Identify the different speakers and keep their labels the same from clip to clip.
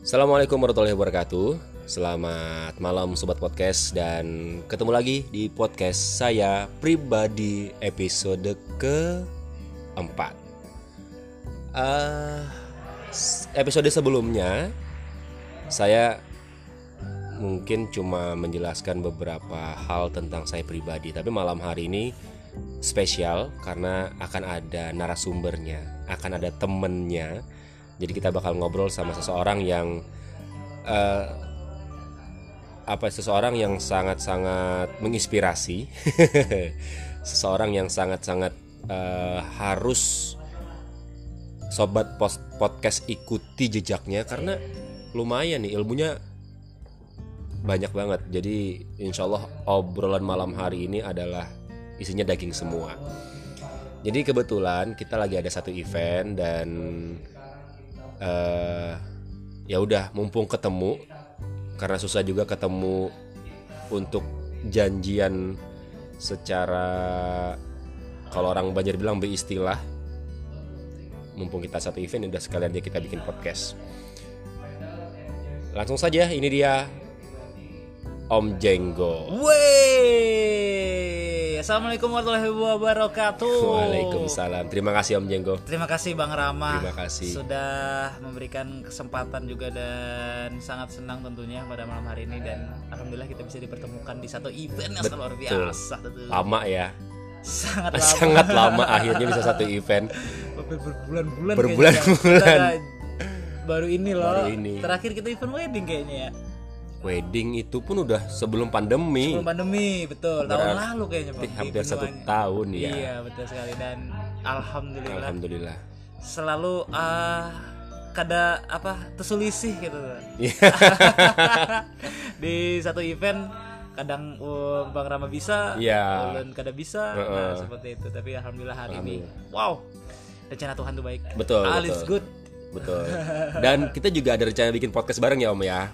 Speaker 1: Assalamualaikum warahmatullahi wabarakatuh. Selamat malam sobat podcast dan ketemu lagi di podcast saya pribadi episode keempat. Eh, s- episode sebelumnya saya mungkin cuma menjelaskan beberapa hal tentang saya pribadi, tapi malam hari ini spesial karena akan ada narasumbernya, akan ada temennya. Jadi kita bakal ngobrol sama seseorang yang eh, apa seseorang yang sangat-sangat menginspirasi, seseorang yang sangat-sangat eh, harus sobat pos- podcast ikuti jejaknya karena lumayan nih ilmunya banyak banget. Jadi insya Allah obrolan malam hari ini adalah isinya daging semua. Jadi kebetulan kita lagi ada satu event dan eh ya udah mumpung ketemu karena susah juga ketemu untuk janjian secara kalau orang Banjar bilang beristilah mumpung kita satu event udah sekalian aja kita bikin podcast langsung saja ini dia Om Jenggo
Speaker 2: Wey, assalamualaikum warahmatullahi wabarakatuh.
Speaker 1: Waalaikumsalam terima kasih Om Jenggo
Speaker 2: Terima kasih Bang Rama.
Speaker 1: Terima kasih.
Speaker 2: Sudah memberikan kesempatan juga dan sangat senang tentunya pada malam hari ini dan alhamdulillah kita bisa dipertemukan di satu event yang luar biasa.
Speaker 1: lama ya
Speaker 2: Sangat lama.
Speaker 1: sangat lama akhirnya bisa satu event
Speaker 2: Hampir berbulan-bulan.
Speaker 1: Berbulan-bulan.
Speaker 2: kayaknya. ya. Kita Baru ini loh.
Speaker 1: Baru ini.
Speaker 2: Terakhir kita event wedding kayaknya ya.
Speaker 1: wedding itu pun udah sebelum pandemi
Speaker 2: Sebelum pandemi, betul. Tahun
Speaker 1: Berarti
Speaker 2: lalu kayaknya Bang.
Speaker 1: Berarti hampir satu
Speaker 2: Kunjungannya.
Speaker 1: tahun ya
Speaker 2: Iya, betul sekali dan alhamdulillah
Speaker 1: alhamdulillah
Speaker 2: selalu ah kada apa tersulisih gitu
Speaker 1: Iya.
Speaker 2: di satu event kadang uh, bang Rama bisa
Speaker 1: Iya.
Speaker 2: ulun kada bisa nah, seperti itu tapi alhamdulillah hari ini wow rencana Tuhan tuh baik
Speaker 1: betul
Speaker 2: all is
Speaker 1: betul
Speaker 2: good
Speaker 1: betul dan kita juga ada rencana bikin podcast bareng ya om ya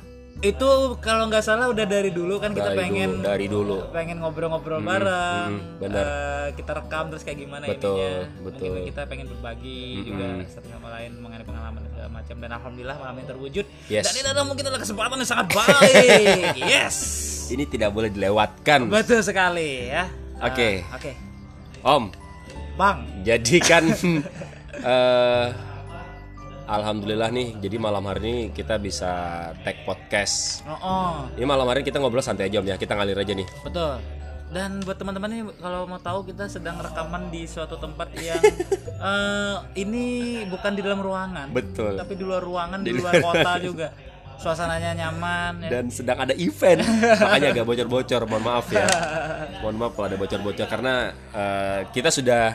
Speaker 2: itu kalau nggak salah udah dari dulu kan kita
Speaker 1: dari dulu
Speaker 2: pengen
Speaker 1: dari dulu
Speaker 2: pengen ngobrol-ngobrol bareng
Speaker 1: mm, benar.
Speaker 2: eh, kita rekam terus kayak gimana
Speaker 1: Betul,
Speaker 2: ininya
Speaker 1: betul. Hmm,
Speaker 2: mungkin kita pengen berbagi juga satu sama lain mengenai pengalaman dan segala macam dan alhamdulillah malam ini terwujud
Speaker 1: Yes.
Speaker 2: dan ini adalah mungkin adalah kesempatan yang sangat baik yes
Speaker 1: ini tidak boleh dilewatkan
Speaker 2: betul sekali ya Eh,
Speaker 1: Oke.
Speaker 2: oke
Speaker 1: om
Speaker 2: bang
Speaker 1: jadi kan eh, alhamdulillah nih jadi malam hari ini kita bisa tag podcast
Speaker 2: oh, oh.
Speaker 1: ini malam hari kita ngobrol santai aja om ya kita ngalir aja nih
Speaker 2: betul dan buat teman-teman nih kalau mau tahu kita sedang rekaman di suatu tempat yang eh, ini bukan di dalam ruangan
Speaker 1: betul
Speaker 2: tapi di luar ruangan di luar kota juga suasananya nyaman ya.
Speaker 1: dan sedang ada event makanya agak bocor-bocor mohon maaf ya mohon maaf kalau ada bocor-bocor karena eh, kita sudah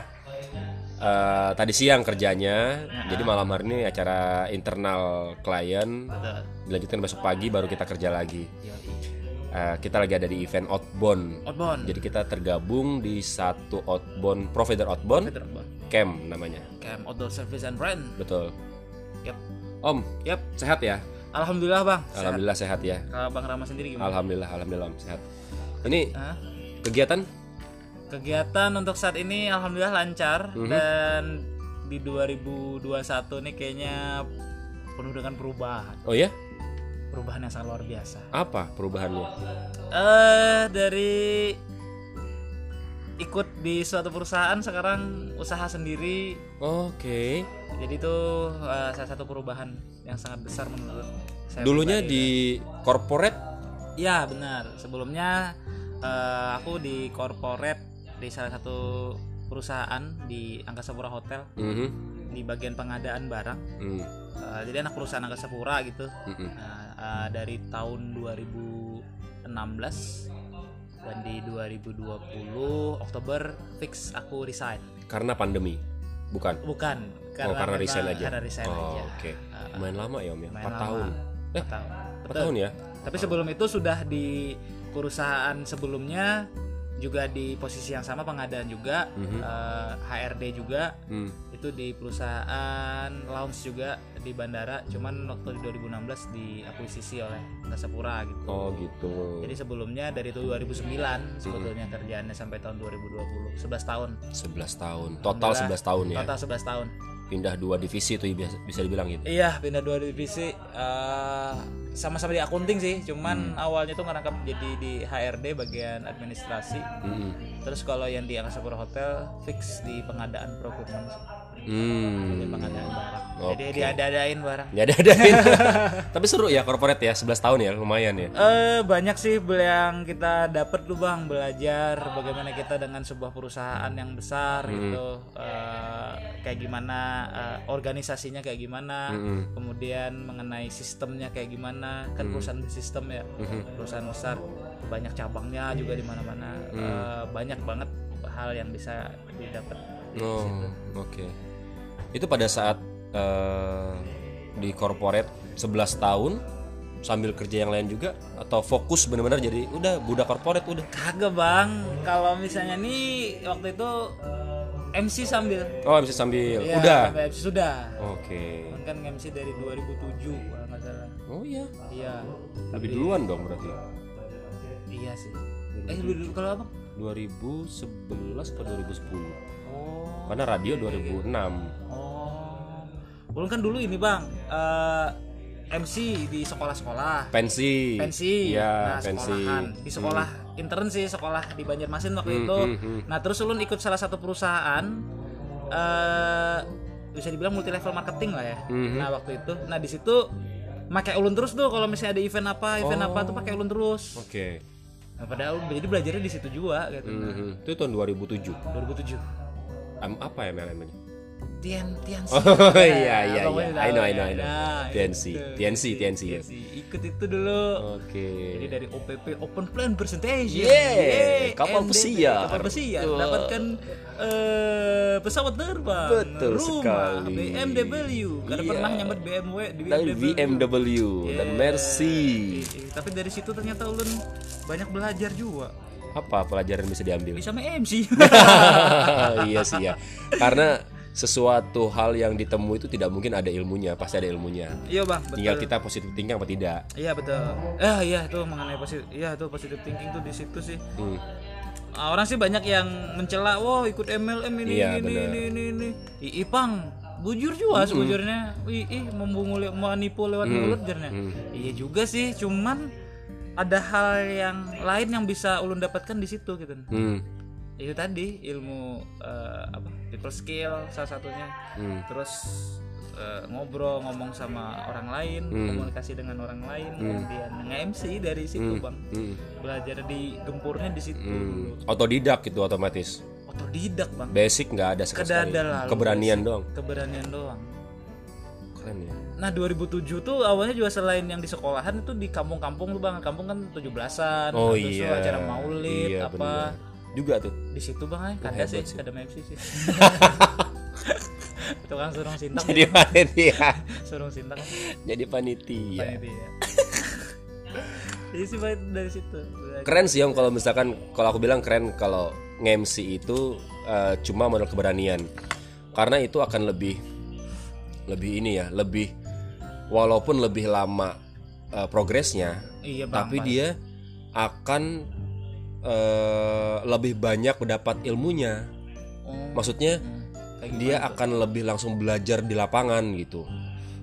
Speaker 1: eh, tadi siang kerjanya jadi malam hari ini acara internal klien
Speaker 2: Betul.
Speaker 1: dilanjutkan besok pagi baru kita kerja lagi
Speaker 2: Yoi.
Speaker 1: Eh, kita lagi ada di event outbound
Speaker 2: outbound
Speaker 1: jadi kita tergabung di satu outbound provider outbound
Speaker 2: Betul, outbound.
Speaker 1: camp namanya
Speaker 2: Camp outdoor service and brand
Speaker 1: betul
Speaker 2: yep
Speaker 1: om
Speaker 2: yep
Speaker 1: sehat ya
Speaker 2: alhamdulillah bang Sehat.
Speaker 1: alhamdulillah sehat ya
Speaker 2: kalau bang Rama sendiri gimana
Speaker 1: alhamdulillah alhamdulillah om sehat ini
Speaker 2: Hah?
Speaker 1: kegiatan
Speaker 2: kegiatan untuk saat ini alhamdulillah lancar dan di 2021 nih kayaknya penuh dengan perubahan
Speaker 1: oh ya
Speaker 2: perubahan yang sangat luar biasa
Speaker 1: apa perubahannya
Speaker 2: eh dari ikut di suatu perusahaan sekarang usaha sendiri
Speaker 1: Oke.
Speaker 2: Jadi itu eh, salah satu perubahan yang sangat besar menurut saya.
Speaker 1: Dulunya
Speaker 2: pribadi.
Speaker 1: di corporate.
Speaker 2: Ya benar. Sebelumnya eh, aku di corporate di salah satu perusahaan di Angkasa Pura Hotel
Speaker 1: Mhm,
Speaker 2: di bagian pengadaan barang.
Speaker 1: mm,
Speaker 2: Eh, jadi anak perusahaan Angkasa Pura gitu.
Speaker 1: mm-mm.
Speaker 2: Nah, eh, dari tahun 2016 dan di 2020 Oktober fix aku resign.
Speaker 1: Karena pandemi. Bukan.
Speaker 2: Bukan karena,
Speaker 1: oh, karena
Speaker 2: memang-
Speaker 1: resign aja.
Speaker 2: Karena resign
Speaker 1: oh,
Speaker 2: aja.
Speaker 1: Oke.
Speaker 2: Eh, eh.
Speaker 1: Lumayan lama ya, Om ya. 4
Speaker 2: Lumayan lama.
Speaker 1: tahun. Eh,
Speaker 2: Empat tahun.
Speaker 1: 4
Speaker 2: Betul.
Speaker 1: tahun ya.
Speaker 2: Tapi sebelum itu sudah di perusahaan sebelumnya juga di posisi yang sama pengadaan juga,
Speaker 1: Mhm,
Speaker 2: eh, HRD juga
Speaker 1: mm.
Speaker 2: itu di perusahaan lounge juga di bandara. Cuman waktu di 2016 diakuisisi oleh Angkasa Pura gitu.
Speaker 1: Oh, gitu.
Speaker 2: Jadi sebelumnya dari itu 2009 sebetulnya
Speaker 1: Hmm.
Speaker 2: kerjaannya sampai tahun 2020, 11 tahun.
Speaker 1: 11 tahun. Total
Speaker 2: Alhamdulillah,
Speaker 1: 11 tahun ya.
Speaker 2: Total 11 tahun.
Speaker 1: pindah dua divisi tuh bisa, bisa dibilang gitu.
Speaker 2: Iya pindah dua divisi eh, sama-sama di akunting sih,
Speaker 1: Hmm.
Speaker 2: cuman awalnya tuh ngerangkap jadi di HRD bagian administrasi.
Speaker 1: Mm-mm.
Speaker 2: Terus kalau yang di Angkasa Pura Hotel fix di pengadaan procurement, sih.
Speaker 1: Hmm.
Speaker 2: Di pengadaan barang. Jadi
Speaker 1: Oke.
Speaker 2: diada-adain barang.
Speaker 1: Hmm. Nggak ada adain. Tapi seru ya corporate ya 11 tahun ya lumayan ya.
Speaker 2: Eh banyak sih bel- yang kita dapat tuh bang belajar bagaimana kita dengan sebuah perusahaan yang besar gitu Eh, kayak gimana eh, organisasinya kayak gimana
Speaker 1: Mm-mm.
Speaker 2: kemudian mengenai sistemnya kayak gimana kan perusahaan sistem ya perusahaan besar banyak cabangnya juga di mana-mana Eh, banyak banget hal yang bisa didapat
Speaker 1: Oh,
Speaker 2: Gitu.
Speaker 1: oke. Itu pada saat eh, di corporate 11 tahun sambil kerja yang lain juga atau fokus benar-benar jadi udah budak corporate udah.
Speaker 2: kagak bang kalau misalnya nih waktu itu MC sambil
Speaker 1: Oh, bisa sambil
Speaker 2: Ya,
Speaker 1: udah.
Speaker 2: sampai MC sudah
Speaker 1: Oke.
Speaker 2: Cuman kan MC dari 2007 kalau nggak salah.
Speaker 1: Oh iya.
Speaker 2: Iya.
Speaker 1: Lebih duluan dong berarti.
Speaker 2: Iya sih. Eh lu dulu kalau apa?
Speaker 1: 2011 ke 2010.
Speaker 2: Oh.
Speaker 1: Karena radio 2006.
Speaker 2: Oh. Belum kan dulu ini bang. eh, MC di sekolah-sekolah.
Speaker 1: Pensi.
Speaker 2: Pensi.
Speaker 1: Iya,
Speaker 2: nah,
Speaker 1: pensi.
Speaker 2: sekolahan. Di sekolah intern sih sekolah di Banjarmasin waktu itu.
Speaker 1: hmm, hmm.
Speaker 2: Nah terus ulun ikut salah satu perusahaan. eh bisa dibilang multi level marketing lah ya.
Speaker 1: Mhm.
Speaker 2: Nah waktu itu, nah di situ pakai ulun terus tuh kalau misalnya ada event apa,
Speaker 1: Oh.
Speaker 2: event apa tuh pakai ulun terus.
Speaker 1: Oke.
Speaker 2: Nah, padahal jadi belajarnya di situ juga gitu.
Speaker 1: Mhm. Itu tahun 2007.
Speaker 2: 2007.
Speaker 1: Am apa ya MLM-nya?
Speaker 2: Tian Tian Si.
Speaker 1: Oh
Speaker 2: Nah,
Speaker 1: iya iya
Speaker 2: abang
Speaker 1: iya.
Speaker 2: udah
Speaker 1: I know I know I
Speaker 2: tahu ya.
Speaker 1: know.
Speaker 2: Nah,
Speaker 1: TNC
Speaker 2: gitu.
Speaker 1: TNC TNC.
Speaker 2: Tian Si. Ikut itu dulu.
Speaker 1: ya. Oke.
Speaker 2: Jadi dari OPP Open Plan Presentation.
Speaker 1: Yeay,
Speaker 2: Yeay,
Speaker 1: kapal
Speaker 2: MDP,
Speaker 1: pesiar.
Speaker 2: Kapal pesiar
Speaker 1: Wah.
Speaker 2: dapatkan eh, pesawat terbang.
Speaker 1: Betul
Speaker 2: rumah,
Speaker 1: sekali.
Speaker 2: BMW. Karena
Speaker 1: Iya.
Speaker 2: pernah nyambat BMW. Di
Speaker 1: Dan BMW dan
Speaker 2: Yeay.
Speaker 1: Mercy.
Speaker 2: Iya, Tapi dari situ ternyata ulun banyak belajar juga.
Speaker 1: Apa pelajaran bisa diambil?
Speaker 2: Bisa sama MC.
Speaker 1: iya sih ya. Karena sesuatu hal yang ditemui itu tidak mungkin ada ilmunya, pasti ada ilmunya.
Speaker 2: Iya bang, betul.
Speaker 1: Tinggal kita positif thinking apa tidak.
Speaker 2: Iya betul. Ah iya tuh mengenai positif, iya tuh positive thinking tuh di situ sih.
Speaker 1: Hmm.
Speaker 2: Ah, Orang sih banyak yang mencela, wow ikut MLM ini
Speaker 1: Iya,
Speaker 2: ini,
Speaker 1: bener.
Speaker 2: ini ini ini Ih, Ipang, bujur juga sejujurnya. Ih, ih membungu le- menipu lewat mulut jernya. Iya juga sih, cuman ada hal yang lain yang bisa ulun dapatkan di situ gitu.
Speaker 1: Hmm.
Speaker 2: Itu tadi ilmu eh, apa? People skill salah satunya.
Speaker 1: Hmm.
Speaker 2: Terus eh, ngobrol ngomong sama orang lain,
Speaker 1: Hmm.
Speaker 2: komunikasi dengan orang lain, kemudian nge-MC dari situ, Bang
Speaker 1: Hmm.
Speaker 2: belajar di gempurnya di situ
Speaker 1: Hmm. Otodidak gitu otomatis.
Speaker 2: otodidak bang
Speaker 1: Basic nggak ada sama sekali.
Speaker 2: Kedadar lalu.
Speaker 1: Keberanian doang.
Speaker 2: keberanian doang
Speaker 1: Keren ya.
Speaker 2: nah 2007 tuh awalnya juga selain yang di sekolahan itu di kampung-kampung tuh bang kampung kan 17-an
Speaker 1: Oh
Speaker 2: terus tuh
Speaker 1: iya.
Speaker 2: acara maulid
Speaker 1: Iya, bener.
Speaker 2: apa
Speaker 1: Juga tuh.
Speaker 2: di situ bang kada sih
Speaker 1: hebat sih.
Speaker 2: kada MC sih tukang surung sintak
Speaker 1: Jadi panitia.
Speaker 2: surung sintak
Speaker 1: Jadi panitia.
Speaker 2: Bukan itu ya jadi sih Bang, dari situ belajar.
Speaker 1: Keren sih Om kalau misalkan kalau aku bilang keren kalau nge-MC itu eh, cuma modal keberanian. Karena itu akan lebih lebih ini ya, lebih walaupun lebih lama eh, progresnya,
Speaker 2: iya bang
Speaker 1: tapi
Speaker 2: Pak.
Speaker 1: dia akan eh, lebih banyak mendapat ilmunya.
Speaker 2: Oh,
Speaker 1: Maksudnya
Speaker 2: hmm. Kayak gimana
Speaker 1: dia
Speaker 2: tuh?
Speaker 1: akan lebih langsung belajar di lapangan gitu.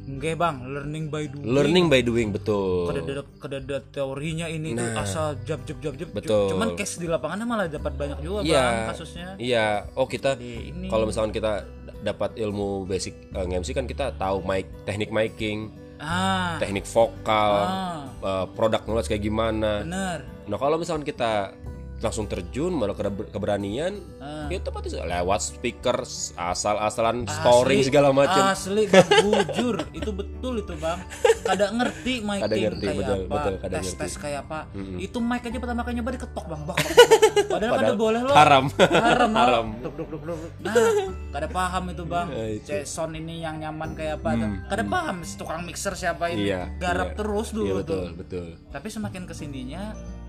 Speaker 2: Enggak bang learning by doing
Speaker 1: Learning by doing betul.
Speaker 2: kedada kedada teorinya ini tuh asal jab jab jab jab
Speaker 1: Nah. Betul.
Speaker 2: cuman case di lapangan malah dapat banyak juga
Speaker 1: Iya.
Speaker 2: bang kasusnya
Speaker 1: Iya, oh kita
Speaker 2: di ini
Speaker 1: kalau misalkan kita d- dapat ilmu basic eh, MC kan kita tahu mic teknik miking,
Speaker 2: ah
Speaker 1: teknik vokal,
Speaker 2: ah
Speaker 1: eh, produk knowledge kayak gimana.
Speaker 2: bener
Speaker 1: Nah, kalau misalkan kita langsung terjun malah keber- keberanian
Speaker 2: Ah.
Speaker 1: ya tepat lewat speaker s- asal-asalan storing segala macam.
Speaker 2: asli bang, jujur itu betul itu bang kada ngerti mic
Speaker 1: Kada ngerti,
Speaker 2: kayak
Speaker 1: betul,
Speaker 2: apa
Speaker 1: betul, kada
Speaker 2: tes
Speaker 1: ngerti.
Speaker 2: tes kayak apa itu mic aja pertama kali nyoba diketok bang bak, bak, bak. padahal,
Speaker 1: Padahal
Speaker 2: kada boleh loh
Speaker 1: Haram.
Speaker 2: haram
Speaker 1: Haram.
Speaker 2: duk duk duk duk duk. nah kada paham itu bang
Speaker 1: Ya, itu. Hmm,
Speaker 2: Cek sound ini yang nyaman kayak apa tuh. kada paham si tukang mixer siapa ini
Speaker 1: Iya,
Speaker 2: garap
Speaker 1: iya.
Speaker 2: terus
Speaker 1: Iya
Speaker 2: dulu tuh
Speaker 1: betul, betul.
Speaker 2: tapi semakin kesininya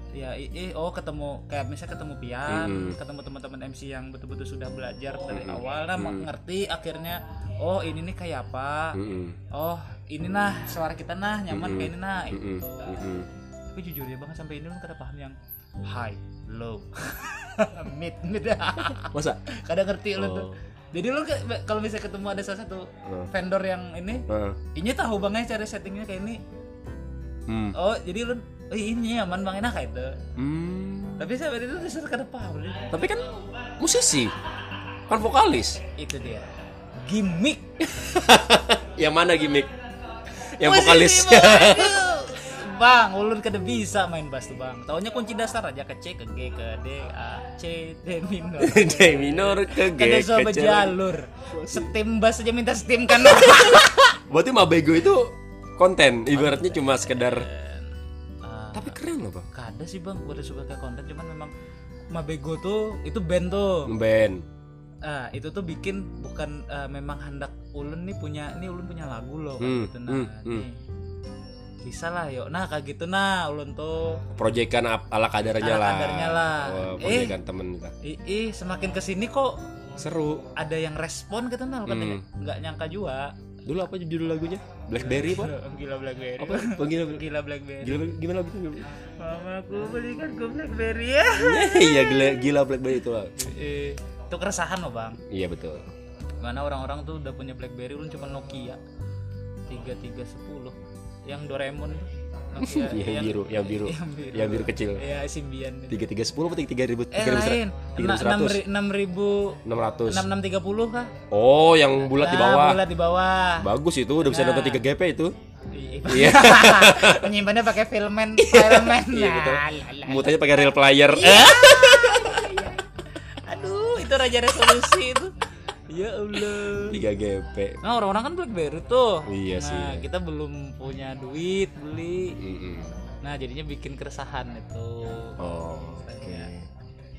Speaker 2: ya i- i- oh ketemu kayak misalnya ketemu pian
Speaker 1: Hmm,
Speaker 2: ketemu teman-teman MC yang betul-betul sudah belajar dari awal
Speaker 1: Hmm.
Speaker 2: nah mengerti akhirnya oh ini nih kayak apa
Speaker 1: Mm-mm,
Speaker 2: oh ini nah suara kita nah
Speaker 1: Hmm,
Speaker 2: nyaman kayak ini nah
Speaker 1: mm-mm,
Speaker 2: itu
Speaker 1: mm-mm.
Speaker 2: tapi jujur ya bang sampai ini lu kada paham yang high low mid mid
Speaker 1: Masa?
Speaker 2: kada ngerti lu tuh
Speaker 1: Oh.
Speaker 2: Jadi lu ke- kalau bisa ketemu ada salah satu
Speaker 1: Hmm.
Speaker 2: vendor yang ini,
Speaker 1: Heeh.
Speaker 2: ini tahu banget cara settingnya kayak ini.
Speaker 1: Hmm.
Speaker 2: Oh, jadi lu "Ih, ini aman bang enak kayak itu.
Speaker 1: Hmm.
Speaker 2: Tapi sampai itu disuruh ke depan. Bro.
Speaker 1: Tapi kan musisi, kan vokalis.
Speaker 2: Itu dia. Gimik.
Speaker 1: Yang mana gimmick? Yang
Speaker 2: Wih,
Speaker 1: vokalis.
Speaker 2: sih, Bang. Bang, ulun kada bisa main bass tuh bang. Taunya kunci dasar aja ke C, ke G, ke D, A, C, D minor.
Speaker 1: D minor ke G
Speaker 2: Kada
Speaker 1: ke
Speaker 2: soal
Speaker 1: C.
Speaker 2: jalur. Steam bass aja minta steam kan.
Speaker 1: Berarti Mabego itu konten, ibaratnya cuma sekedar.
Speaker 2: Ah,
Speaker 1: Tapi keren loh bang.
Speaker 2: kada sih bang, gua ada suka ke konten cuman memang Mabego tuh itu band tuh.
Speaker 1: Band.
Speaker 2: Ah, itu tuh bikin bukan eh, memang hendak ulun nih punya ini ulun punya lagu loh
Speaker 1: Hmm,
Speaker 2: gitu nah.
Speaker 1: hmm, hmm.
Speaker 2: nih. Bisa lah yuk. Nah, kayak gitu nah ulun tuh.
Speaker 1: Proyekan ap- ala kadarnya
Speaker 2: Ala
Speaker 1: lah.
Speaker 2: kadarnya lah.
Speaker 1: Wah,
Speaker 2: Eh.
Speaker 1: proyekan temen kita.
Speaker 2: Ih, ih, semakin kesini kok
Speaker 1: Seru.
Speaker 2: ada yang respon gitu nah katanya.
Speaker 1: Hmm.
Speaker 2: Nggak nyangka juga.
Speaker 1: Dulu apa judul lagunya? Blackberry pak?
Speaker 2: Gila Blackberry.
Speaker 1: Apa? Oh, Gila,
Speaker 2: Gila Blackberry.
Speaker 1: gila, gimana lagunya?
Speaker 2: Mamaku belikan gue Blackberry ya.
Speaker 1: Iya gila, gila Blackberry itu lah.
Speaker 2: Ih, ih. itu keresahan loh, Bang.
Speaker 1: Iya betul.
Speaker 2: Mana orang-orang tuh udah punya BlackBerry ulun cuma Nokia 3310 yang Doraemon tuh. Nokia
Speaker 1: Iya, Yang biru, yang biru.
Speaker 2: Yang biru.
Speaker 1: Yang biru kecil.
Speaker 2: Ya, simbian. itu.
Speaker 1: Tiga tiga sepuluh atau tiga ribu
Speaker 2: Eh,
Speaker 1: tiga ribu
Speaker 2: lain. enam ri- enam ribu
Speaker 1: enam ratus.
Speaker 2: 6630 kah?
Speaker 1: Oh, yang bulat di
Speaker 2: Nah,
Speaker 1: bawah.
Speaker 2: Bulat di bawah.
Speaker 1: Bagus itu, udah bisa nonton 3 GP itu.
Speaker 2: Iya. Menyimpannya pakai Nah, filmen, filmen.
Speaker 1: Iya, betul.
Speaker 2: Lah, lah, lah. Iya.
Speaker 1: Muternya pakai real player.
Speaker 2: Aduh, itu raja resolusi itu. Ya Allah.
Speaker 1: Eh, 3 GP.
Speaker 2: Nah, orang-orang kan BlackBerry tuh.
Speaker 1: Iya
Speaker 2: nah,
Speaker 1: sih.
Speaker 2: kita belum punya duit beli.
Speaker 1: Mm-mm.
Speaker 2: Nah, jadinya bikin keresahan itu.
Speaker 1: Oh, oke.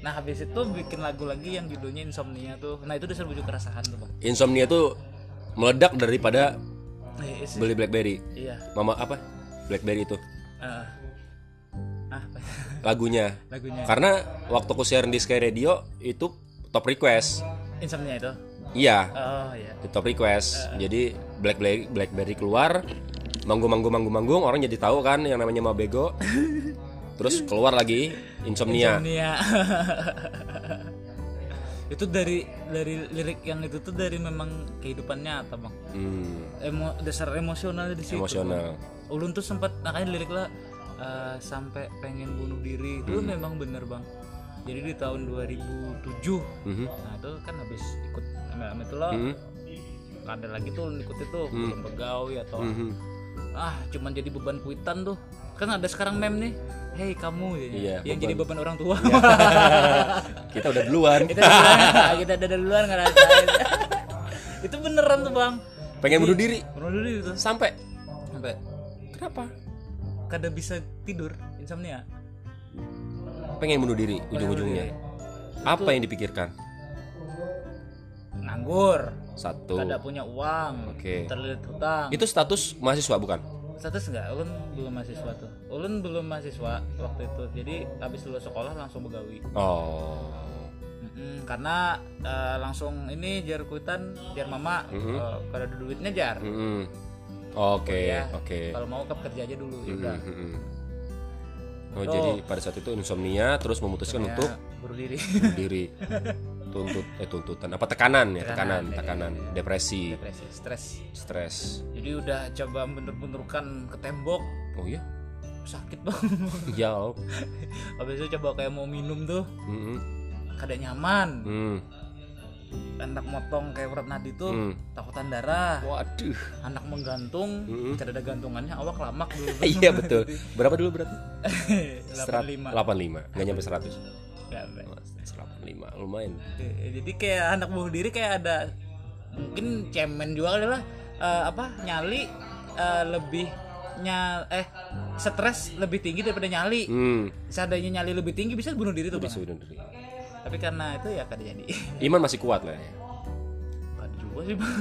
Speaker 2: Nah, habis itu bikin lagu lagi yang judulnya Insomnia tuh. Nah, itu disuruh bujuk keresahan tuh, Bang.
Speaker 1: Insomnia tuh meledak daripada
Speaker 2: Eh, sih.
Speaker 1: beli BlackBerry.
Speaker 2: Iya.
Speaker 1: Mama apa? BlackBerry itu
Speaker 2: Ah. ah, apa?
Speaker 1: lagunya.
Speaker 2: lagunya
Speaker 1: Karena waktu aku siaran di Sky Radio itu top request.
Speaker 2: Insomnia itu.
Speaker 1: Iya,
Speaker 2: Oh, iya.
Speaker 1: di top request. Jadi BlackBerry BlackBerry keluar manggung manggung manggung manggung orang jadi tahu kan yang namanya Mabego. Terus keluar lagi Insomnia.
Speaker 2: Insomnia. itu dari dari lirik yang itu tuh dari memang kehidupannya atau bang
Speaker 1: Hmm,
Speaker 2: Emo, dasar emosionalnya di
Speaker 1: Gitu,
Speaker 2: situ
Speaker 1: emosional.
Speaker 2: Bang. ulun tuh sempat makanya lirik lah eh, sampai pengen bunuh diri itu memang bener bang jadi di tahun 2007
Speaker 1: Mhm.
Speaker 2: nah itu kan habis ikut sama sama itu lo ada lagi tuh ulun ikut itu
Speaker 1: Hmm.
Speaker 2: belum begawi atau
Speaker 1: Mhm.
Speaker 2: ah cuman jadi beban kuitan tuh kan ada sekarang meme nih hei kamu ya,
Speaker 1: Iya,
Speaker 2: yang jadi beban orang tua
Speaker 1: Kita udah duluan.
Speaker 2: kita duluan, kita ada duluan ngerasain itu beneran tuh bang
Speaker 1: Pengen bunuh diri
Speaker 2: bunuh diri itu
Speaker 1: sampai
Speaker 2: sampai
Speaker 1: kenapa?
Speaker 2: kada bisa tidur insomnia
Speaker 1: Pengen bunuh diri ujung-ujungnya. Apa yang dipikirkan?
Speaker 2: nganggur
Speaker 1: Satu.
Speaker 2: kada punya uang
Speaker 1: Oke.
Speaker 2: terlilit hutang
Speaker 1: Itu status mahasiswa bukan?
Speaker 2: status enggak ulun belum mahasiswa tuh ulun belum mahasiswa waktu itu jadi habis lulus sekolah langsung begawi
Speaker 1: Oh.
Speaker 2: Mm-mm, karena eh, langsung ini jar kuitan jar mama
Speaker 1: Mm-hmm.
Speaker 2: eh, kalau ada duitnya
Speaker 1: Iya.
Speaker 2: jar
Speaker 1: Mm-mm. Mhm. Oke,
Speaker 2: Ya.
Speaker 1: oke.
Speaker 2: kalau mau ke kerja aja dulu ya udah
Speaker 1: Mm-mm. Oh,
Speaker 2: Tuh.
Speaker 1: jadi pada saat itu insomnia terus memutuskan
Speaker 2: Ya,
Speaker 1: untuk
Speaker 2: bunuh diri
Speaker 1: bunuh diri. Tuntut eh tuntutan apa tekanan ya, tekanan, tekanan, depresi,
Speaker 2: depresi stres
Speaker 1: stres.
Speaker 2: jadi udah coba bener-benerkan ke tembok
Speaker 1: Oh iya.
Speaker 2: sakit banget
Speaker 1: Ya. Allah.
Speaker 2: habis itu coba kayak mau minum tuh
Speaker 1: Mm-mm.
Speaker 2: kada nyaman
Speaker 1: Mm.
Speaker 2: anak motong kayak urat nadi tuh
Speaker 1: Hmm.
Speaker 2: takutan darah
Speaker 1: Waduh.
Speaker 2: anak menggantung
Speaker 1: Mm-mm.
Speaker 2: kada ada gantungannya awak lamak dulu
Speaker 1: Iya betul. Berapa dulu berarti? 85.
Speaker 2: 85
Speaker 1: Enggak nyampe 100.
Speaker 2: Nggak, Mbak.
Speaker 1: 85 lumayan.
Speaker 2: Eh, jadi kayak anak bunuh diri kayak ada mungkin cemen juga kali lah Eh, apa nyali eh, lebih nyal eh stres lebih tinggi daripada nyali
Speaker 1: Hmm.
Speaker 2: seandainya nyali lebih tinggi bisa bunuh diri tuh Bang.
Speaker 1: Bisa bunuh diri.
Speaker 2: tapi karena itu ya kada jadi
Speaker 1: Iman masih kuat lah ya.
Speaker 2: kada juga sih Bang.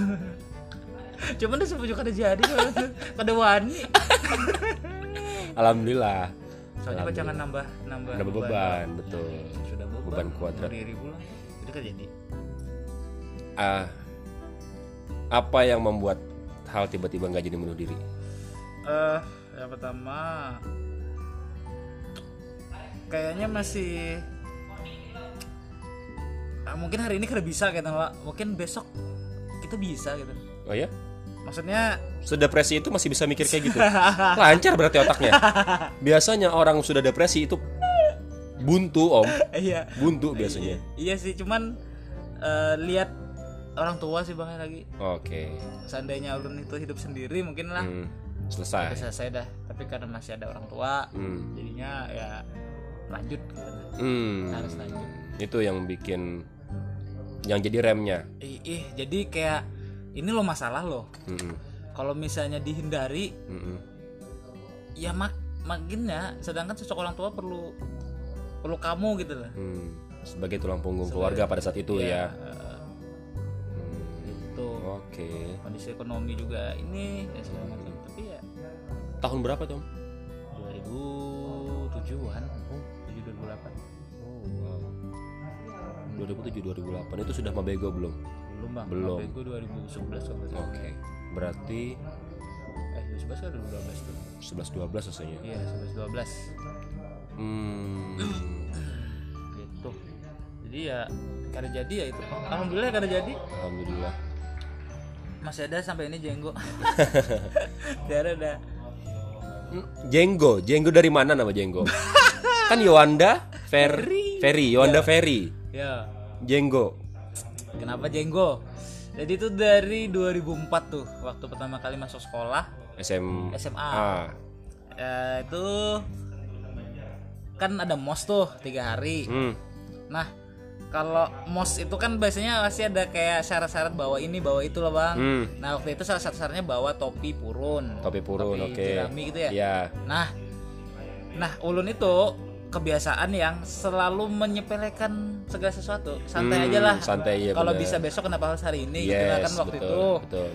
Speaker 2: cuman udah sepujuk kada jadi Bang. kada wani
Speaker 1: Alhamdulillah.
Speaker 2: soalnya
Speaker 1: Alhamdulillah.
Speaker 2: pacangan nambah nambah
Speaker 1: Nambah beban, betul.
Speaker 2: sudah beban,
Speaker 1: Beban kuadrat.
Speaker 2: bunuh diri pula jadi kada jadi
Speaker 1: Ah. Apa yang membuat hal tiba-tiba nggak jadi bunuh diri?
Speaker 2: Eh, yang pertama kayaknya masih "Ah, mungkin hari ini kita bisa gitu pak mungkin besok kita bisa gitu
Speaker 1: Oh ya?
Speaker 2: maksudnya
Speaker 1: Sedepresi itu masih bisa mikir kayak gitu. Lancar berarti otaknya. Biasanya orang sudah depresi itu buntu, Om.
Speaker 2: iya
Speaker 1: Buntu biasanya.
Speaker 2: iya sih cuman eh, lihat orang tua sih bang lagi
Speaker 1: Oke.
Speaker 2: seandainya ulun itu hidup sendiri mungkin lah
Speaker 1: Hmm,
Speaker 2: udah
Speaker 1: Selesai.
Speaker 2: selesai dah tapi karena masih ada orang tua
Speaker 1: Hmm.
Speaker 2: jadinya ya lanjut gitu.
Speaker 1: Hmm.
Speaker 2: harus lanjut
Speaker 1: Itu yang bikin yang jadi remnya.
Speaker 2: ih, ih, jadi kayak ini loh masalah loh
Speaker 1: Hmm,
Speaker 2: kalau misalnya dihindari
Speaker 1: hmm, hmm.
Speaker 2: ya mak makin ya sedangkan sosok orang tua perlu perlu kamu gitu loh
Speaker 1: Hmm. Sebagai tulang punggung keluarga pada saat itu ya.
Speaker 2: Eh,
Speaker 1: Hmm,
Speaker 2: gitu
Speaker 1: Oke.
Speaker 2: kondisi ekonomi juga ini dan segala macam tapi ya
Speaker 1: Tahun berapa, Om?
Speaker 2: 2007-an 7 2008
Speaker 1: Oh, wow. 2007 2008 itu sudah mabego belum?
Speaker 2: belum bang
Speaker 1: Belum.
Speaker 2: HP gue 2011 kalau nggak salah.
Speaker 1: Oke. Berarti
Speaker 2: eh 2011 kan 2012 tuh
Speaker 1: 11 12 rasanya.
Speaker 2: iya 11 12
Speaker 1: Hmm.
Speaker 2: gitu jadi ya karena jadi ya itu alhamdulillah karena jadi
Speaker 1: Alhamdulillah.
Speaker 2: masih ada sampai ini jenggo darah ada
Speaker 1: Hmm, Jenggo, Jenggo dari mana nama Jenggo? kan Yowanda Fer
Speaker 2: Ferry.
Speaker 1: Ferry,
Speaker 2: Iya.
Speaker 1: Yowanda Ferry.
Speaker 2: ya
Speaker 1: Jenggo.
Speaker 2: kenapa jenggo jadi itu dari 2004 tuh waktu pertama kali masuk sekolah
Speaker 1: SM
Speaker 2: SMA
Speaker 1: Ah.
Speaker 2: Eh, itu kan ada mos tuh tiga hari
Speaker 1: Hmm.
Speaker 2: nah kalau mos itu kan biasanya masih ada kayak syarat-syarat bawa ini bawa itu loh bang
Speaker 1: Hmm.
Speaker 2: nah waktu itu salah satu syaratnya bawa topi purun
Speaker 1: Topi purun,
Speaker 2: Topi
Speaker 1: oke.
Speaker 2: jerami gitu ya?
Speaker 1: Iya.
Speaker 2: Nah, nah ulun itu kebiasaan yang selalu menyepelekan segala sesuatu. Santai
Speaker 1: Hmm,
Speaker 2: aja lah.
Speaker 1: santai, iya,
Speaker 2: Kalau
Speaker 1: bener.
Speaker 2: bisa besok kenapa harus hari ini? gitu lah
Speaker 1: Yes,
Speaker 2: kan waktu
Speaker 1: betul,
Speaker 2: itu.
Speaker 1: betul.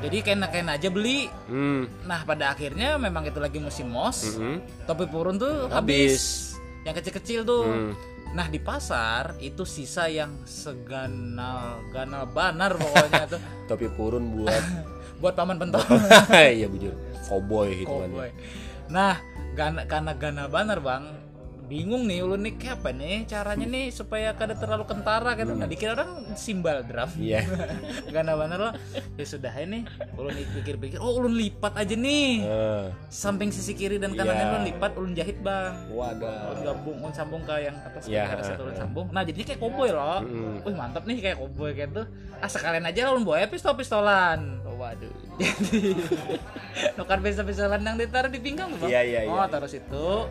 Speaker 2: Jadi kain-kain aja beli.
Speaker 1: Hmm.
Speaker 2: Nah, pada akhirnya memang itu lagi musim mos.
Speaker 1: mhm.
Speaker 2: Topi purun tuh habis.
Speaker 1: Habis.
Speaker 2: Yang kecil-kecil tuh.
Speaker 1: Hmm.
Speaker 2: Nah, di pasar itu sisa yang seganal ganal banar pokoknya tuh
Speaker 1: Topi purun buat
Speaker 2: buat paman pentol.
Speaker 1: Iya bujur. Cowboy gitu kan. hitungannya.
Speaker 2: Cowboy. Nah, gana, karena gana banar bang, bingung nih ulun nih kayak apa nih caranya nih supaya kada terlalu kentara gitu. Nah, dikira orang simbal drum.
Speaker 1: Iya.
Speaker 2: gana banar lah. Ya sudah ini ulun pikir-pikir, oh ulun lipat aja nih.
Speaker 1: Eh,
Speaker 2: Samping sisi kiri dan kanan
Speaker 1: Iya.
Speaker 2: ulun lipat, ulun jahit bang.
Speaker 1: Wadah.
Speaker 2: Ulun gabung, ulun sambung ke yang atas
Speaker 1: Iya,
Speaker 2: ke
Speaker 1: ah,
Speaker 2: atas itu ulun sambung. Nah, jadinya kayak koboi loh.
Speaker 1: Mm-mm.
Speaker 2: Wih, mantap nih kayak koboi kayak tuh. Ah, sekalian aja ulun bawa pistol-pistolan.
Speaker 1: Waduh.
Speaker 2: jadi nukar bisa-bisa landang ditaruh di pinggang tuh, Bang.
Speaker 1: Iya, iya,
Speaker 2: oh
Speaker 1: iya.
Speaker 2: taruh situ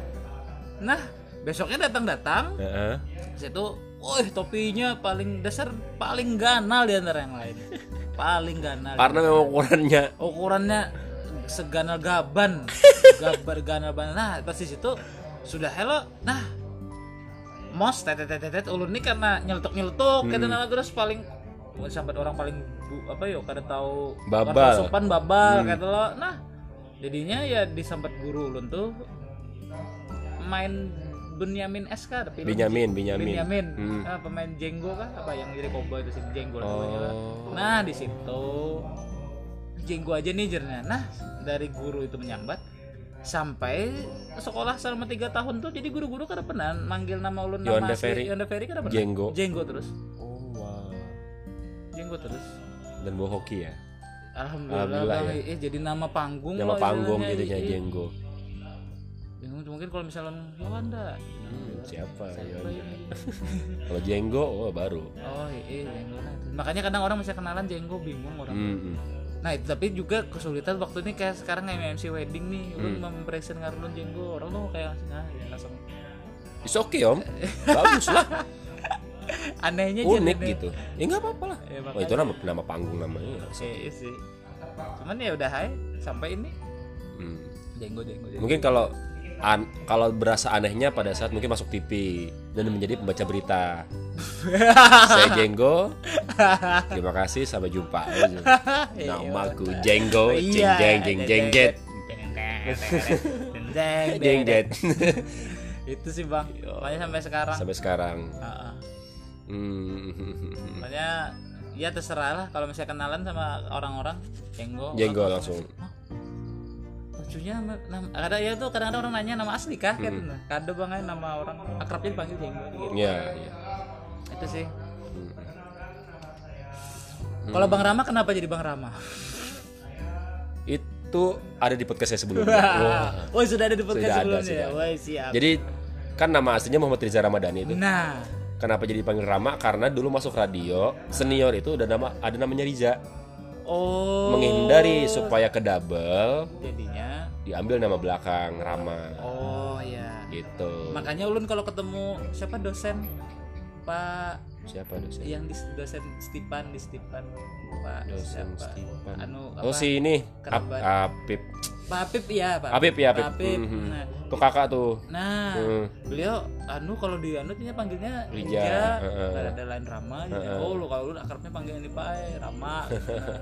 Speaker 2: nah besoknya datang datang
Speaker 1: Heeh.
Speaker 2: situ wih topinya paling dasar paling ganal di antara yang lain paling ganal
Speaker 1: Karena memang ukurannya
Speaker 2: ukurannya seganal gaban gabar ganal banget nah pasti situ sudah hello nah mos tetet tetet tetet ulun ini karena nyeletuk nyeletuk kata nana terus paling sampai orang paling bu- apa yo kada tahu
Speaker 1: Babal. Mm.
Speaker 2: kada sopan babal kata lo nah jadinya ya disambat guru ulun tuh main Benyamin SK tapi
Speaker 1: Benyamin, Benyamin.
Speaker 2: Benyamin
Speaker 1: Hmm.
Speaker 2: Ah, pemain jenggo kah apa yang jadi koboi itu si jenggo lah pokoknya lah.
Speaker 1: Oh.
Speaker 2: Nah di situ jenggo aja nih jernya. Nah dari guru itu menyambat sampai sekolah selama tiga tahun tuh jadi guru-guru kada pernah manggil nama ulun nama
Speaker 1: Yonda
Speaker 2: asli.
Speaker 1: Ferry.
Speaker 2: Yonda Ferry kada pernah
Speaker 1: Jenggo.
Speaker 2: jenggo terus
Speaker 1: Oh, wow.
Speaker 2: jenggo terus
Speaker 1: Dan bawa hoki ya.
Speaker 2: alhamdulillah,
Speaker 1: Alhamdulillah, ya.
Speaker 2: Bang. Eh, jadi nama panggung
Speaker 1: Nama
Speaker 2: loh
Speaker 1: panggung
Speaker 2: istilahnya.
Speaker 1: jadinya
Speaker 2: Iya.
Speaker 1: Jenggo.
Speaker 2: Jenggo mungkin kalau misalnya Yolanda
Speaker 1: Hmm, siapa
Speaker 2: Siapa
Speaker 1: Yonda?
Speaker 2: ini?
Speaker 1: Kalau Jenggo, oh baru.
Speaker 2: oh iya jenggo lah. makanya kadang orang masih kenalan jenggo bingung orang
Speaker 1: Hmm.
Speaker 2: Nah, itu- tapi juga kesulitan waktu ini kayak sekarang MC wedding nih, ulun
Speaker 1: Hmm.
Speaker 2: mempresent ngarulun jenggo, orang tuh kayak langsung ah, ya langsung
Speaker 1: It's okay om, bagus lah,
Speaker 2: anehnya
Speaker 1: unik
Speaker 2: jadi-
Speaker 1: gitu. Ya nggak apa-apa lah.
Speaker 2: Ya,
Speaker 1: Oh itu nama nama panggung namanya. ya,
Speaker 2: makanya. Iya, iya sih. Cuman ya udah hai, sampai ini
Speaker 1: Hmm.
Speaker 2: jenggo jenggo. jenggo.
Speaker 1: Mungkin kalau an- kalau berasa anehnya pada saat mungkin masuk TV dan menjadi pembaca berita. Saya Jenggo. Terima kasih, sampai jumpa. Namaku Jenggo, jeng Iya, jeng jeng jeng jet.
Speaker 2: Jeng
Speaker 1: Jeng jet.
Speaker 2: Itu sih, Bang. Makanya sampai sekarang.
Speaker 1: Sampai sekarang.
Speaker 2: Heeh.
Speaker 1: Hmm.
Speaker 2: Makanya ya terserah lah kalau misalnya kenalan sama orang-orang jenggo.
Speaker 1: Jenggo
Speaker 2: orang-
Speaker 1: langsung.
Speaker 2: Hah? lucunya nama, nama- ada ya tuh kadang-kadang orang nanya nama asli
Speaker 1: Hmm.
Speaker 2: Kan ya,
Speaker 1: Iya,
Speaker 2: kah gitu nah. Kadang banget nama orang akrabnya dipanggil jenggo gitu.
Speaker 1: Ya, ya.
Speaker 2: Itu sih. Kalau Bang Rama kenapa jadi Bang Rama?
Speaker 1: Itu ada di podcast saya sebelumnya. Wah.
Speaker 2: Woi Oh, sudah ada di
Speaker 1: Sudah ada,
Speaker 2: podcast sebelumnya.
Speaker 1: sudah
Speaker 2: ya?
Speaker 1: ada.
Speaker 2: Woi siap.
Speaker 1: Jadi kan nama aslinya Muhammad Riza Ramadhani itu.
Speaker 2: Nah,
Speaker 1: Kenapa jadi dipanggil Rama? Karena dulu masuk radio senior itu udah nama ada namanya Riza.
Speaker 2: oh
Speaker 1: Menghindari supaya ke double
Speaker 2: jadinya
Speaker 1: diambil nama belakang Rama
Speaker 2: oh ya.
Speaker 1: gitu.
Speaker 2: Makanya ulun kalau ketemu siapa dosen Pak
Speaker 1: Siapa dosen?
Speaker 2: yang di dosen Stipan di Stipan Pak
Speaker 1: Dosen
Speaker 2: siapa?
Speaker 1: Stipan.
Speaker 2: Anu apa?
Speaker 1: Oh si ini Ap
Speaker 2: Kerabat.
Speaker 1: Apip.
Speaker 2: Pak Apip ya, Pak.
Speaker 1: Apip ya Apip.
Speaker 2: Pak Apip.
Speaker 1: Mhm.
Speaker 2: Nah,
Speaker 1: Tuh kakak tuh.
Speaker 2: Nah,
Speaker 1: Hmm.
Speaker 2: beliau anu kalau di anu dia panggilnya
Speaker 1: Rija,
Speaker 2: Rija,
Speaker 1: heeh.
Speaker 2: nggak ada lain Rama gitu. Oh, lu kalau lu akrabnya panggilnya ini Pak eh, Rama. Nah,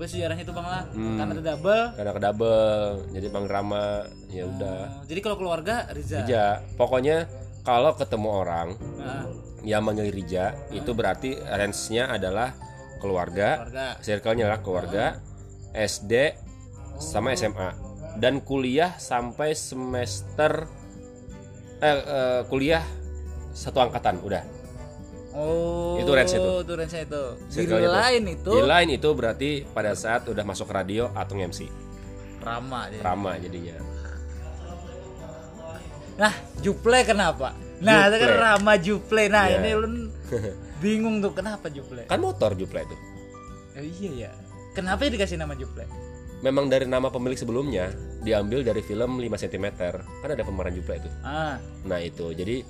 Speaker 2: Gue sejarahnya itu Bang lah,
Speaker 1: Hmm.
Speaker 2: karena ada double.
Speaker 1: Karena ke double jadi panggil Rama. Ya udah.
Speaker 2: Nah, Jadi kalau keluarga Riza.
Speaker 1: Riza. Pokoknya kalau ketemu orang
Speaker 2: Nah,
Speaker 1: yang manggil Rija itu berarti range-nya adalah keluarga,
Speaker 2: keluarga.
Speaker 1: circle-nya adalah keluarga, SD sama SMA dan kuliah sampai semester eh, eh, kuliah satu angkatan udah.
Speaker 2: Oh,
Speaker 1: Itu range itu.
Speaker 2: Itu range itu. Di
Speaker 1: Circle-nya tuh.
Speaker 2: lain itu
Speaker 1: Di lain itu berarti pada saat udah masuk radio atau MC,
Speaker 2: Rama dia.
Speaker 1: Rama jadinya.
Speaker 2: Nah, Juple kenapa? Nah, itu kan
Speaker 1: Juple.
Speaker 2: Rama Juple. Nah,
Speaker 1: Iya.
Speaker 2: ini lu bingung tuh kenapa Juple?
Speaker 1: Kan motor Juple itu.
Speaker 2: Oh, iya ya. Kenapa ya dikasih nama Juple?
Speaker 1: Memang dari nama pemilik sebelumnya diambil dari film 5 cm. Kan ada pemeran Juple itu.
Speaker 2: Ah,
Speaker 1: Nah itu jadi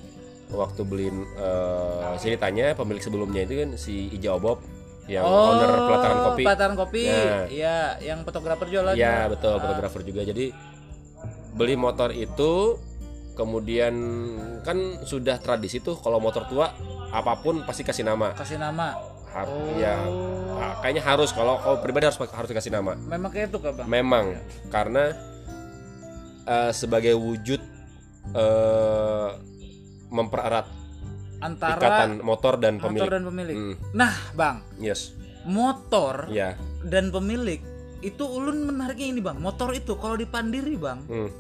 Speaker 1: waktu beliin eh ceritanya pemilik sebelumnya itu kan si Ija Obob yang
Speaker 2: Oh,
Speaker 1: owner pelataran kopi.
Speaker 2: pelataran kopi.
Speaker 1: Nah.
Speaker 2: Iya, yang fotografer jualan.
Speaker 1: Ya
Speaker 2: ah.
Speaker 1: betul fotografer juga. Jadi beli motor itu kemudian kan sudah tradisi tuh kalau motor tua apapun pasti kasih nama.
Speaker 2: Kasih nama.
Speaker 1: Har-
Speaker 2: Oh.
Speaker 1: ya, ah, kayaknya harus kalau kalau pribadi harus harus dikasih nama.
Speaker 2: Memang kayak itu kah, Bang?
Speaker 1: Memang karena eh, sebagai wujud eh, mempererat
Speaker 2: Antara
Speaker 1: ikatan motor dan
Speaker 2: motor
Speaker 1: pemilik.
Speaker 2: dan pemilik.
Speaker 1: Hmm,
Speaker 2: Nah, Bang,
Speaker 1: yes.
Speaker 2: motor
Speaker 1: Ya.
Speaker 2: dan pemilik itu ulun menariknya ini, Bang. Motor itu kalau dipandiri, Bang,
Speaker 1: Hmm.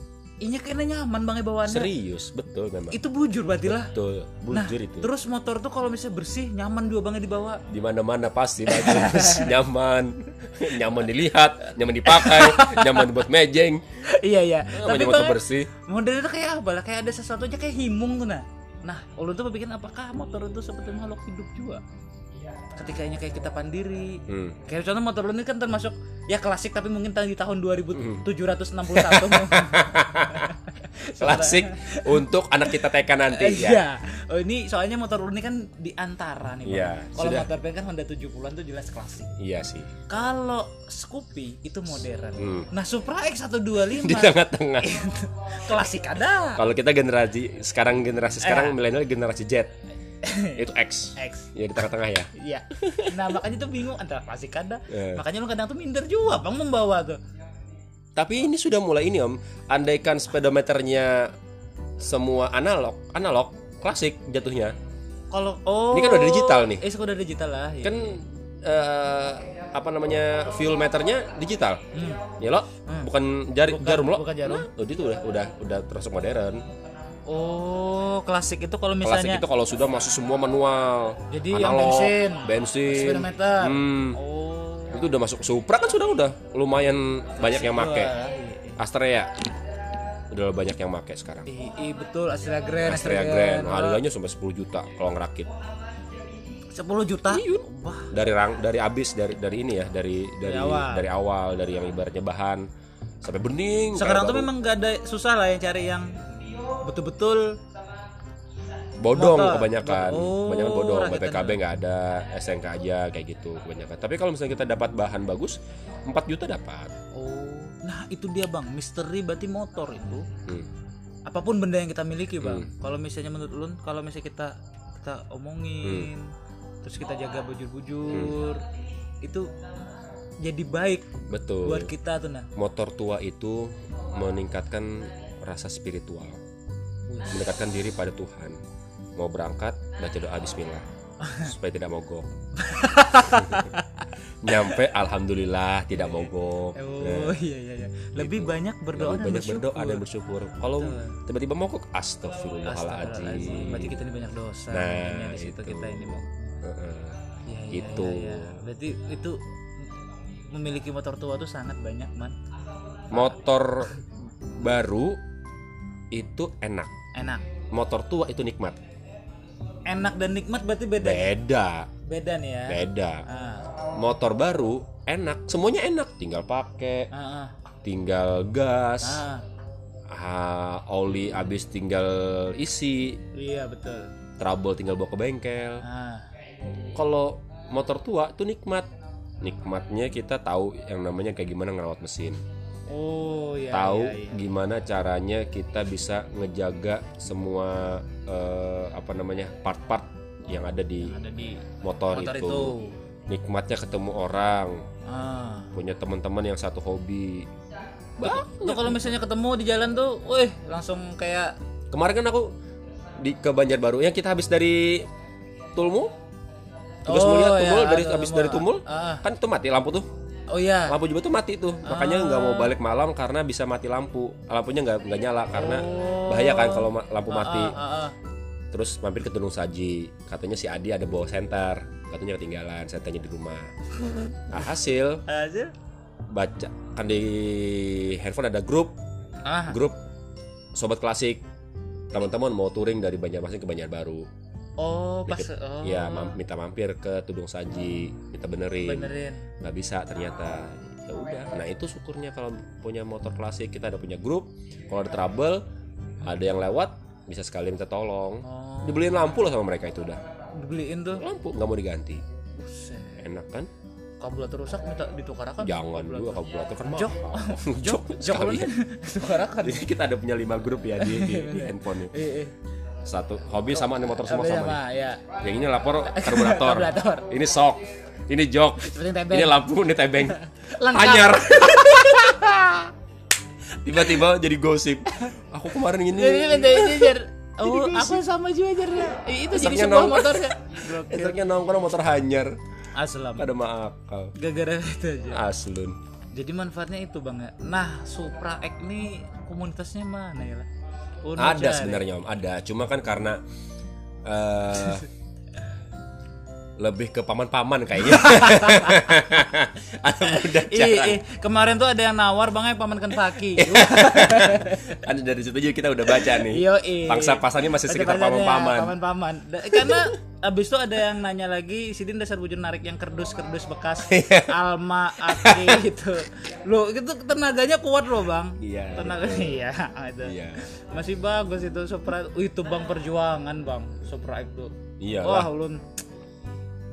Speaker 2: inya kayaknya nyaman Bang ya bawaannya.
Speaker 1: Serius, betul memang.
Speaker 2: Itu bujur berarti lah.
Speaker 1: Betul, bujur itu.
Speaker 2: Terus motor tuh kalau misalnya bersih, nyaman dua banget dibawa.
Speaker 1: Di mana-mana pasti bagus, nyaman, nyaman dilihat, nyaman dipakai, nyaman buat mejeng,
Speaker 2: iya iya.
Speaker 1: nyaman
Speaker 2: Tapi
Speaker 1: dibuat
Speaker 2: bang,
Speaker 1: bersih.
Speaker 2: modelnya tuh kayak apa lah? Kayak ada sesuatu aja kayak himung tuh nah. Nah, ulun tuh berpikir apakah motor itu seperti makhluk hidup juga?
Speaker 1: Iya.
Speaker 2: Ketikanya kayak kita pandiri.
Speaker 1: Hmm.
Speaker 2: Kayak contoh motor lu ini kan termasuk ya klasik tapi mungkin di tahun 2761.
Speaker 1: Mm-hmm. Klasik untuk anak kita TK nanti
Speaker 2: Eh,
Speaker 1: ya.
Speaker 2: Iya. Oh, ini soalnya motor lu ini kan di antara nih, Bang.
Speaker 1: Iya,
Speaker 2: Kalau
Speaker 1: sudah.
Speaker 2: motor band kan Honda 70-an tuh jelas klasik.
Speaker 1: Iya sih.
Speaker 2: Kalau Scoopy itu modern.
Speaker 1: Hmm.
Speaker 2: Nah, Supra
Speaker 1: Di
Speaker 2: X125
Speaker 1: tengah-tengah.
Speaker 2: klasik ada.
Speaker 1: Kalau kita generasi sekarang generasi
Speaker 2: Eh.
Speaker 1: sekarang milenial generasi Z. Itu X.
Speaker 2: X.
Speaker 1: Ya di tengah-tengah ya.
Speaker 2: Iya. Nah, makanya tuh bingung antara klasik ada.
Speaker 1: Eh.
Speaker 2: Makanya lu kadang tuh minder juga, Bang membawa tuh.
Speaker 1: Tapi ini sudah mulai ini om, andaikan speedometernya semua analog, analog klasik jatuhnya,
Speaker 2: Kalau oh.
Speaker 1: Ini kan udah digital nih.
Speaker 2: Eh, udah digital lah. ya.
Speaker 1: kan eh, apa namanya fuel meternya digital,
Speaker 2: Hmm.
Speaker 1: ya lo bukan jari,
Speaker 2: Bukan-
Speaker 1: jarum lo,
Speaker 2: bukan jarum.
Speaker 1: Nah, udah itu udah udah udah termasuk modern.
Speaker 2: Oh, klasik itu kalau
Speaker 1: Klasik
Speaker 2: misalnya
Speaker 1: itu kalau sudah masuk semua manual,
Speaker 2: Jadi yang bensin.
Speaker 1: bensin,
Speaker 2: speedometer.
Speaker 1: Hmm,
Speaker 2: Oh.
Speaker 1: itu udah masuk Supra kan sudah udah lumayan banyak yang make,
Speaker 2: Wah, iya, iya.
Speaker 1: Astrea udah banyak yang make sekarang.
Speaker 2: Iya, iya, betul Astrea Grand,
Speaker 1: Astrea Grand harganya sampai 10 juta kalau ngerakit.
Speaker 2: 10 juta.
Speaker 1: Iya.
Speaker 2: Wah,
Speaker 1: dari rang dari abis dari dari ini ya dari dari dari awal
Speaker 2: awal.
Speaker 1: dari, yang ibaratnya bahan sampai bening
Speaker 2: sekarang
Speaker 1: kayak
Speaker 2: tuh
Speaker 1: baru.
Speaker 2: memang gak ada susah lah yang cari yang betul-betul
Speaker 1: bodong
Speaker 2: motor.
Speaker 1: kebanyakan
Speaker 2: Oh,
Speaker 1: kebanyakan bodong
Speaker 2: rakitan.
Speaker 1: BPKB nggak ada SNK aja kayak gitu kebanyakan tapi kalau misalnya kita dapat bahan bagus 4 juta dapat
Speaker 2: Oh, nah itu dia bang, misteri berarti motor itu
Speaker 1: Hmm.
Speaker 2: apapun benda yang kita miliki bang. Kalau misalnya menurut ulun, kalau misalnya kita kita omongin,
Speaker 1: Hmm.
Speaker 2: terus kita jaga bujur-bujur, itu jadi baik
Speaker 1: betul
Speaker 2: buat kita tuh nah.
Speaker 1: motor tua itu meningkatkan rasa spiritual
Speaker 2: Wih.
Speaker 1: mendekatkan diri pada Tuhan mau berangkat baca doa Bismillah supaya tidak mogok nyampe Alhamdulillah tidak mogok
Speaker 2: Oh iya iya iya. Lebih banyak berdoa dan
Speaker 1: banyak
Speaker 2: bersyukur.
Speaker 1: berdoa dan bersyukur kalau tiba-tiba mogok astagfirullahaladzim
Speaker 2: Astagfirullahaladzim. Berarti kita ini banyak dosa.
Speaker 1: Nah,
Speaker 2: Ini di situ
Speaker 1: itu.
Speaker 2: kita ini mau.
Speaker 1: Heeh.
Speaker 2: Iya, iya,
Speaker 1: Gitu.
Speaker 2: iya, iya. Berarti itu memiliki motor tua tuh sangat banyak man.
Speaker 1: motor baru itu enak
Speaker 2: Enak.
Speaker 1: motor tua itu nikmat
Speaker 2: Enak dan nikmat berarti beda.
Speaker 1: beda
Speaker 2: Beda nih ya.
Speaker 1: beda
Speaker 2: Ah,
Speaker 1: motor baru enak semuanya enak tinggal pakai
Speaker 2: ah, ah,
Speaker 1: tinggal gas
Speaker 2: ah.
Speaker 1: ah, oli habis tinggal isi
Speaker 2: Iya betul.
Speaker 1: trouble tinggal bawa ke bengkel
Speaker 2: Ah,
Speaker 1: kalau motor tua itu nikmat nikmatnya kita tahu yang namanya kayak gimana ngerawat mesin
Speaker 2: oh iya.
Speaker 1: tahu
Speaker 2: iya, iya.
Speaker 1: gimana caranya kita bisa ngejaga semua eh, apa namanya part-part yang ada di
Speaker 2: Yang ada di
Speaker 1: motor,
Speaker 2: motor
Speaker 1: itu.
Speaker 2: itu.
Speaker 1: nikmatnya ketemu orang
Speaker 2: Ah.
Speaker 1: punya teman-teman yang satu hobi
Speaker 2: Tuh kalau misalnya ketemu di jalan tuh, wih langsung kayak
Speaker 1: kemarin kan aku di ke Banjarbaru ya kita habis dari Tulmu tugas
Speaker 2: Oh,
Speaker 1: mulia
Speaker 2: iya,
Speaker 1: Tumul dari
Speaker 2: Tumul.
Speaker 1: habis dari Tumul
Speaker 2: Ah.
Speaker 1: kan itu mati lampu tuh
Speaker 2: oh iya.
Speaker 1: lampu juga tuh mati tuh makanya nggak
Speaker 2: Ah.
Speaker 1: mau balik malam karena bisa mati lampu lampunya nggak nggak nyala karena
Speaker 2: Oh.
Speaker 1: bahaya kan kalau ma- lampu mati
Speaker 2: Ah, ah, ah.
Speaker 1: terus mampir ke Gunung Saji katanya si Adi ada bawa senter katanya ketinggalan senternya di rumah nah, hasil
Speaker 2: Hasil?
Speaker 1: baca kan di handphone ada grup
Speaker 2: Ah,
Speaker 1: grup sobat klasik teman-teman mau touring dari Banjarmasin ke Banjarbaru
Speaker 2: oh pas
Speaker 1: Dikit.
Speaker 2: oh.
Speaker 1: ya mam- minta mampir ke Tudung Saji minta benerin
Speaker 2: benerin.
Speaker 1: nggak bisa ternyata ya udah nah itu syukurnya kalau punya motor klasik kita ada punya grup kalau ada trouble ada yang lewat bisa sekali minta tolong
Speaker 2: Oh,
Speaker 1: dibeliin lampu lah sama mereka itu udah
Speaker 2: dibeliin tuh.
Speaker 1: lampu nggak mau diganti
Speaker 2: Buset.
Speaker 1: enak kan
Speaker 2: Kabulator rusak minta ditukarakan.
Speaker 1: jangan juga kabulator kan
Speaker 2: Jok.
Speaker 1: mahal. jok
Speaker 2: Jok, jok lu
Speaker 1: sekalian.
Speaker 2: ditukarakan.
Speaker 1: jadi kita ada punya lima grup ya di, di, di handphone nih.
Speaker 2: Eh, eh.
Speaker 1: satu hobi sama nih motor semua
Speaker 2: Apa
Speaker 1: sama nih.
Speaker 2: sama ya.
Speaker 1: yang ini lapor karburator
Speaker 2: Karburator.
Speaker 1: ini sok ini jok
Speaker 2: Seperti tebel.
Speaker 1: ini lampu ini tebeng
Speaker 2: Lengkap.
Speaker 1: anyar tiba-tiba jadi gosip aku kemarin ini
Speaker 2: Jadi minta ini jar. Oh, aku sama juga jar. Eh, Itu jadi
Speaker 1: Esernya
Speaker 2: sebuah
Speaker 1: nongol.
Speaker 2: motor ya.
Speaker 1: Esernya nongkrong motor hanyar
Speaker 2: Aslam.
Speaker 1: ada maaf kau
Speaker 2: Gara-gara itu aja.
Speaker 1: aslun
Speaker 2: Jadi manfaatnya itu bang ya. Nah, Supra X nih komunitasnya mana ya? lah? Uno
Speaker 1: ada
Speaker 2: cari.
Speaker 1: sebenarnya om ada cuma kan karena eh lebih ke paman-paman kayaknya anak muda
Speaker 2: Ih,
Speaker 1: jarang
Speaker 2: ih, kemarin tuh ada yang nawar bang ya paman Kentucky.
Speaker 1: ada dari situ aja kita udah baca nih
Speaker 2: Yo,
Speaker 1: pangsa pasannya masih sekitar paman-paman
Speaker 2: Paman-paman. Da- Karena abis itu ada yang nanya lagi, sidin dasar bujur narik yang kerdus-kerdus bekas
Speaker 1: Iya.
Speaker 2: Alma Aki gitu. Loh, itu tenaganya kuat loh, Bang.
Speaker 1: Iya,
Speaker 2: Tenaga iya, itu.
Speaker 1: iya
Speaker 2: Masih bagus itu Supra. Uh, itu Bang perjuangan, Bang. Supra itu.
Speaker 1: iyalah
Speaker 2: Wah, ulun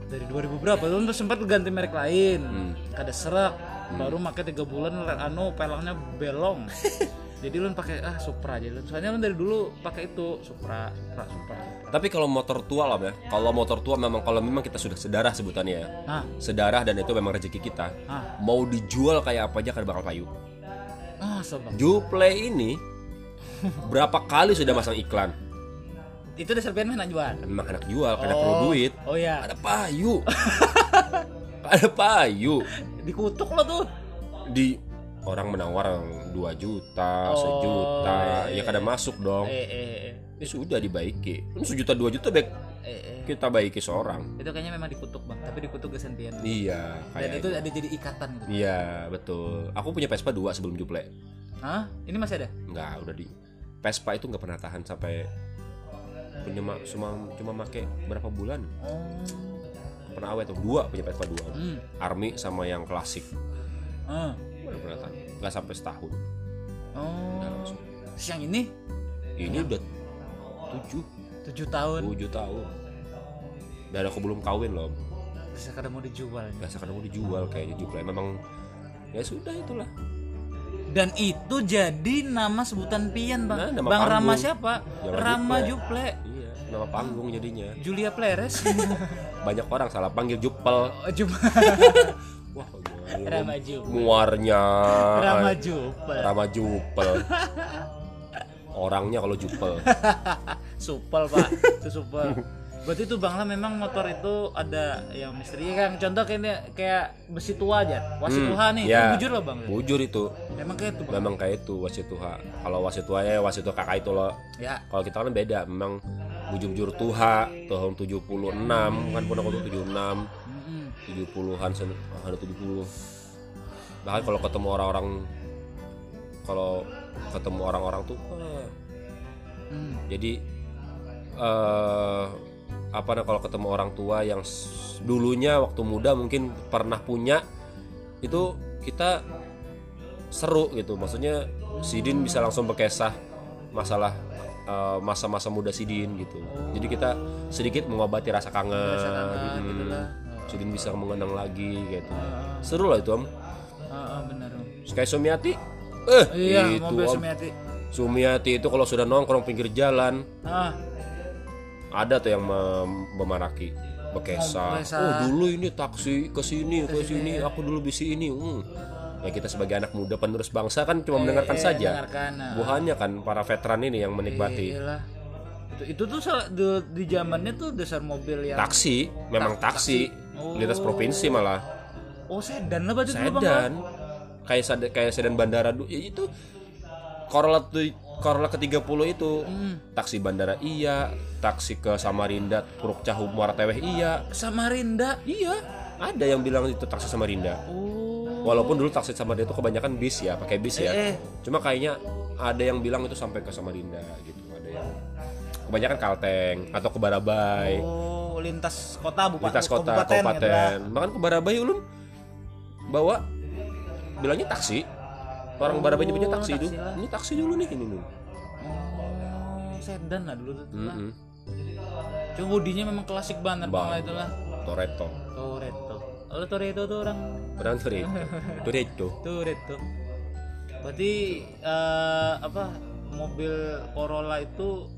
Speaker 2: dari 2000 berapa ulun tuh sempat ganti merek lain.
Speaker 1: Hmm.
Speaker 2: Kada serak. Baru pakai 3 bulan anu pelangnya belong. jadi ulun pakai ah Supra aja. ulun. Soalnya ulun dari dulu pakai itu Supra, Supra, Supra.
Speaker 1: tapi kalau motor tua lah ya kalau motor tua memang kalau memang kita sudah sedarah sebutannya ya
Speaker 2: Nah,
Speaker 1: sedarah dan itu memang rezeki kita
Speaker 2: Ah.
Speaker 1: mau dijual kayak apa aja kan bakal payu
Speaker 2: ah sobat.
Speaker 1: Juple ini berapa kali sudah masang iklan
Speaker 2: Itu dasar band mana jual?
Speaker 1: memang anak jual karena perlu duit
Speaker 2: Oh ya,
Speaker 1: ada payu ada payu
Speaker 2: dikutuk lo tuh.
Speaker 1: di orang menawar 2 juta
Speaker 2: Oh,
Speaker 1: sejuta
Speaker 2: iya,
Speaker 1: ya kadang masuk dong
Speaker 2: Eh, eh, eh,
Speaker 1: ya sudah dibaiki Kan sejuta dua juta baik
Speaker 2: eh, eh.
Speaker 1: kita baiki seorang
Speaker 2: Itu kayaknya memang dikutuk bang, tapi dikutuk kesentian.
Speaker 1: iya
Speaker 2: Dan
Speaker 1: kayak
Speaker 2: itu ada jadi ikatan gitu.
Speaker 1: iya betul aku punya Vespa 2 sebelum Juple
Speaker 2: Hah? Ini masih ada?
Speaker 1: nggak udah di Vespa itu nggak pernah tahan sampai punya ma- cuma cuma make berapa bulan
Speaker 2: Oh.
Speaker 1: Nggak pernah awet tuh dua punya Vespa dua
Speaker 2: Hmm.
Speaker 1: Army sama yang klasik
Speaker 2: Ah.
Speaker 1: nggak pernah tahan nggak sampai setahun Udah
Speaker 2: Oh.
Speaker 1: langsung.
Speaker 2: Siang ini
Speaker 1: ini udah tujuh
Speaker 2: 7 tahun
Speaker 1: tujuh tahun dan aku belum kawin loh
Speaker 2: bisa kada mau dijual
Speaker 1: biasa kadang mau dijual kayaknya juga memang ya sudah itulah
Speaker 2: dan itu jadi nama sebutan pian
Speaker 1: Nah,
Speaker 2: bang
Speaker 1: nama
Speaker 2: bang Rama
Speaker 1: panggung.
Speaker 2: siapa
Speaker 1: Jawa
Speaker 2: Rama
Speaker 1: Juple.
Speaker 2: Juple
Speaker 1: iya nama panggung jadinya
Speaker 2: Julia Pleres
Speaker 1: banyak orang salah panggil Jupel
Speaker 2: Oh, Jup-
Speaker 1: wah
Speaker 2: Rama
Speaker 1: gimana
Speaker 2: Juple
Speaker 1: muarnya
Speaker 2: Rama Juple
Speaker 1: Rama Jupel orangnya kalau Jupel
Speaker 2: supel pak itu supel berarti itu bang lah memang motor itu ada yang misteri kan contoh kayaknya kayak besi tua aja wasit
Speaker 1: Hmm,
Speaker 2: Tuhan
Speaker 1: ya.
Speaker 2: nih itu jujur loh bang
Speaker 1: bujur itu
Speaker 2: memang kayak itu bang
Speaker 1: memang kayak itu wasit Tuhan kalau wasit tua ya wasit Tuhan kakak itu loh
Speaker 2: ya
Speaker 1: kalau kita kan beda memang bujur-bujur tuha tahun 76 kan pun aku tuh 76
Speaker 2: Mm-mm.
Speaker 1: 70-an sen ada 70 bahkan kalau ketemu orang-orang kalau ketemu orang-orang tuh "Wah."
Speaker 2: Mm.
Speaker 1: jadi eh apa nah kalau ketemu orang tua yang s- dulunya waktu muda mungkin pernah punya itu kita seru gitu maksudnya Sidin bisa langsung berkesah masalah eh, masa-masa muda Sidin gitu jadi kita sedikit mengobati rasa kangen,
Speaker 2: Rasa kangen, gitu
Speaker 1: Mm.
Speaker 2: lah.
Speaker 1: Sidin bisa mengenang lagi gitu seru lah itu om
Speaker 2: Ah, ah, benar Om.
Speaker 1: kayak Sumiati eh
Speaker 2: iya
Speaker 1: itu
Speaker 2: mobil
Speaker 1: om
Speaker 2: Sumiati
Speaker 1: Sumiati itu kalau sudah nongkrong pinggir jalan
Speaker 2: ah
Speaker 1: ada tuh yang mem- memaraki bekesa.
Speaker 2: Bekesa.
Speaker 1: Oh dulu ini taksi iya. ke sini ke sini aku dulu bisi ini. Hmm. Nah, kita sebagai anak muda penerus bangsa kan cuma mendengarkan Iya. saja.
Speaker 2: dengarkan ah.
Speaker 1: Buahnya kan para veteran ini yang menikmati.
Speaker 2: Iyalah. Itu, itu tuh salah- di, di zamannya tuh dasar mobil yang
Speaker 1: Taksi, memang taksi, lintas provinsi malah.
Speaker 2: oh sedan lah berarti dulu, Bang,
Speaker 1: Sedan. Kayak sedan, kayak sedan bandara dulu Ya, itu Corolla tu- Corolla ke-30 itu. Taksi bandara iya, taksi ke Samarinda, Puruk Cahum Muara Teweh iya.
Speaker 2: ya? Samarinda
Speaker 1: Iya, ada yang bilang itu taksi Samarinda.
Speaker 2: oh
Speaker 1: Walaupun dulu taksi Samarinda itu kebanyakan bis ya, pakai bis ya.
Speaker 2: Eh, eh.
Speaker 1: Cuma kayaknya ada yang bilang itu sampai ke Samarinda gitu, ada yang kebanyakan Kalteng atau ke Barabai,
Speaker 2: oh lintas kota bupa-
Speaker 1: lintas kota,
Speaker 2: kabupaten, gitu lah.
Speaker 1: kabupaten. Bahkan ke Barabai ulun bawa bilangnya taksi. Orang Barabai nyebutnya taksi
Speaker 2: Oh,
Speaker 1: itu.
Speaker 2: taksi lah.
Speaker 1: Ini taksi dulu nih ini. nih.
Speaker 2: oh sedan lah dulu tuh lah.
Speaker 1: Mm-mm.
Speaker 2: cuma bodinya memang klasik banget
Speaker 1: Bang.
Speaker 2: malah itu lah
Speaker 1: Toretto.
Speaker 2: Toretto oh Toretto tuh orang
Speaker 1: Orang Toretto. Toretto.
Speaker 2: Toretto berarti eh, apa mobil Corolla itu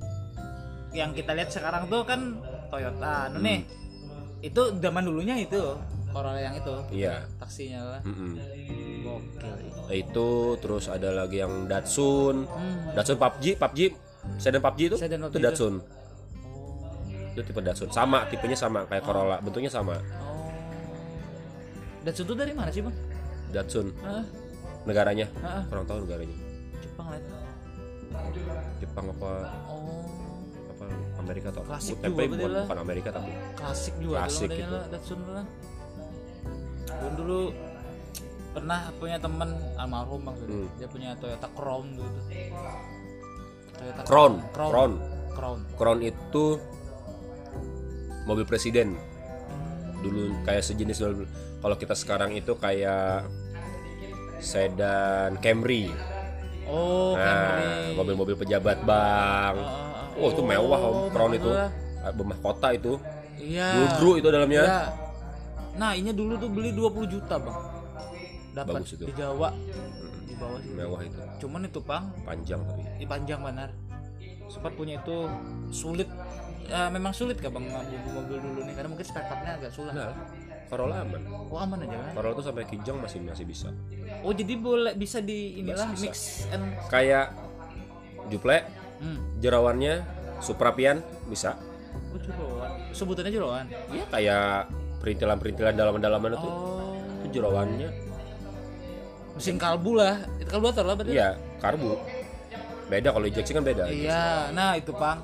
Speaker 2: yang kita lihat sekarang tuh kan Toyota Nah, nih itu zaman dulunya itu Corolla yang itu
Speaker 1: Iya.
Speaker 2: taksinya lah
Speaker 1: Mm-mm.
Speaker 2: gokil
Speaker 1: itu terus ada lagi yang Datsun
Speaker 2: Hmm.
Speaker 1: Datsun PUBG PUBG sedan PUBG itu
Speaker 2: Sedan
Speaker 1: itu
Speaker 2: PUBG itu.
Speaker 1: Datsun itu tipe Datsun sama tipenya sama kayak Corolla bentuknya sama
Speaker 2: oh Datsun tuh dari mana sih bang?
Speaker 1: Datsun
Speaker 2: Hah?
Speaker 1: negaranya
Speaker 2: Hah?
Speaker 1: kurang tahu negaranya
Speaker 2: Jepang lah itu.
Speaker 1: Jepang apa
Speaker 2: Oh
Speaker 1: apa Amerika atau apa
Speaker 2: Klasik
Speaker 1: Bu- tempe
Speaker 2: juga
Speaker 1: bukan,
Speaker 2: lah.
Speaker 1: bukan Amerika tapi
Speaker 2: klasik juga
Speaker 1: Klasik
Speaker 2: tuh
Speaker 1: gitu.
Speaker 2: lah, Datsun lah Gua dulu pernah punya temen almarhum bang sudah.
Speaker 1: Hmm.
Speaker 2: dia punya Toyota Crown dulu tuh. Toyota
Speaker 1: Crown
Speaker 2: Crown
Speaker 1: Crown
Speaker 2: Crown
Speaker 1: Crown itu mobil presiden dulu kayak sejenis mobil- kalau kita sekarang itu kayak sedan Camry
Speaker 2: oh
Speaker 1: Nah,
Speaker 2: Camry
Speaker 1: mobil-mobil pejabat bang.
Speaker 2: Ah, ah, ah.
Speaker 1: Oh, itu mewah om,
Speaker 2: Oh,
Speaker 1: crown
Speaker 2: mewah
Speaker 1: itu. ya.
Speaker 2: lah.
Speaker 1: Ah, Bemah kota itu.
Speaker 2: iya
Speaker 1: Gru itu dalamnya.
Speaker 2: Iya. nah ini dulu tuh beli 20 juta bang dapat
Speaker 1: Bagus itu.
Speaker 2: di Jawa di bawah sih
Speaker 1: Mewah itu.
Speaker 2: cuman itu bang
Speaker 1: Panjang tapi.
Speaker 2: di panjang benar sempat punya itu sulit Eh, memang sulit gak bang mobil-mobil dulu nih karena mungkin spare partnya agak sulit
Speaker 1: Nah, Corolla aman.
Speaker 2: oh aman aja kan
Speaker 1: Corolla tuh sampai kijang masih masih bisa.
Speaker 2: oh jadi boleh bisa di inilah
Speaker 1: Bisa.
Speaker 2: mix and
Speaker 1: Kayak Juple,
Speaker 2: hmm.
Speaker 1: jerawannya Suprapian bisa.
Speaker 2: oh jeroan sebutannya jeroan
Speaker 1: Ya kayak perintilan-perintilan dalaman-dalaman itu.
Speaker 2: oh
Speaker 1: Itu jerawannya.
Speaker 2: mesin kalbu lah itu kalkulator lah berarti
Speaker 1: Iya, karbu. Beda kalau injeksi kan beda.
Speaker 2: Iya, nah itu pang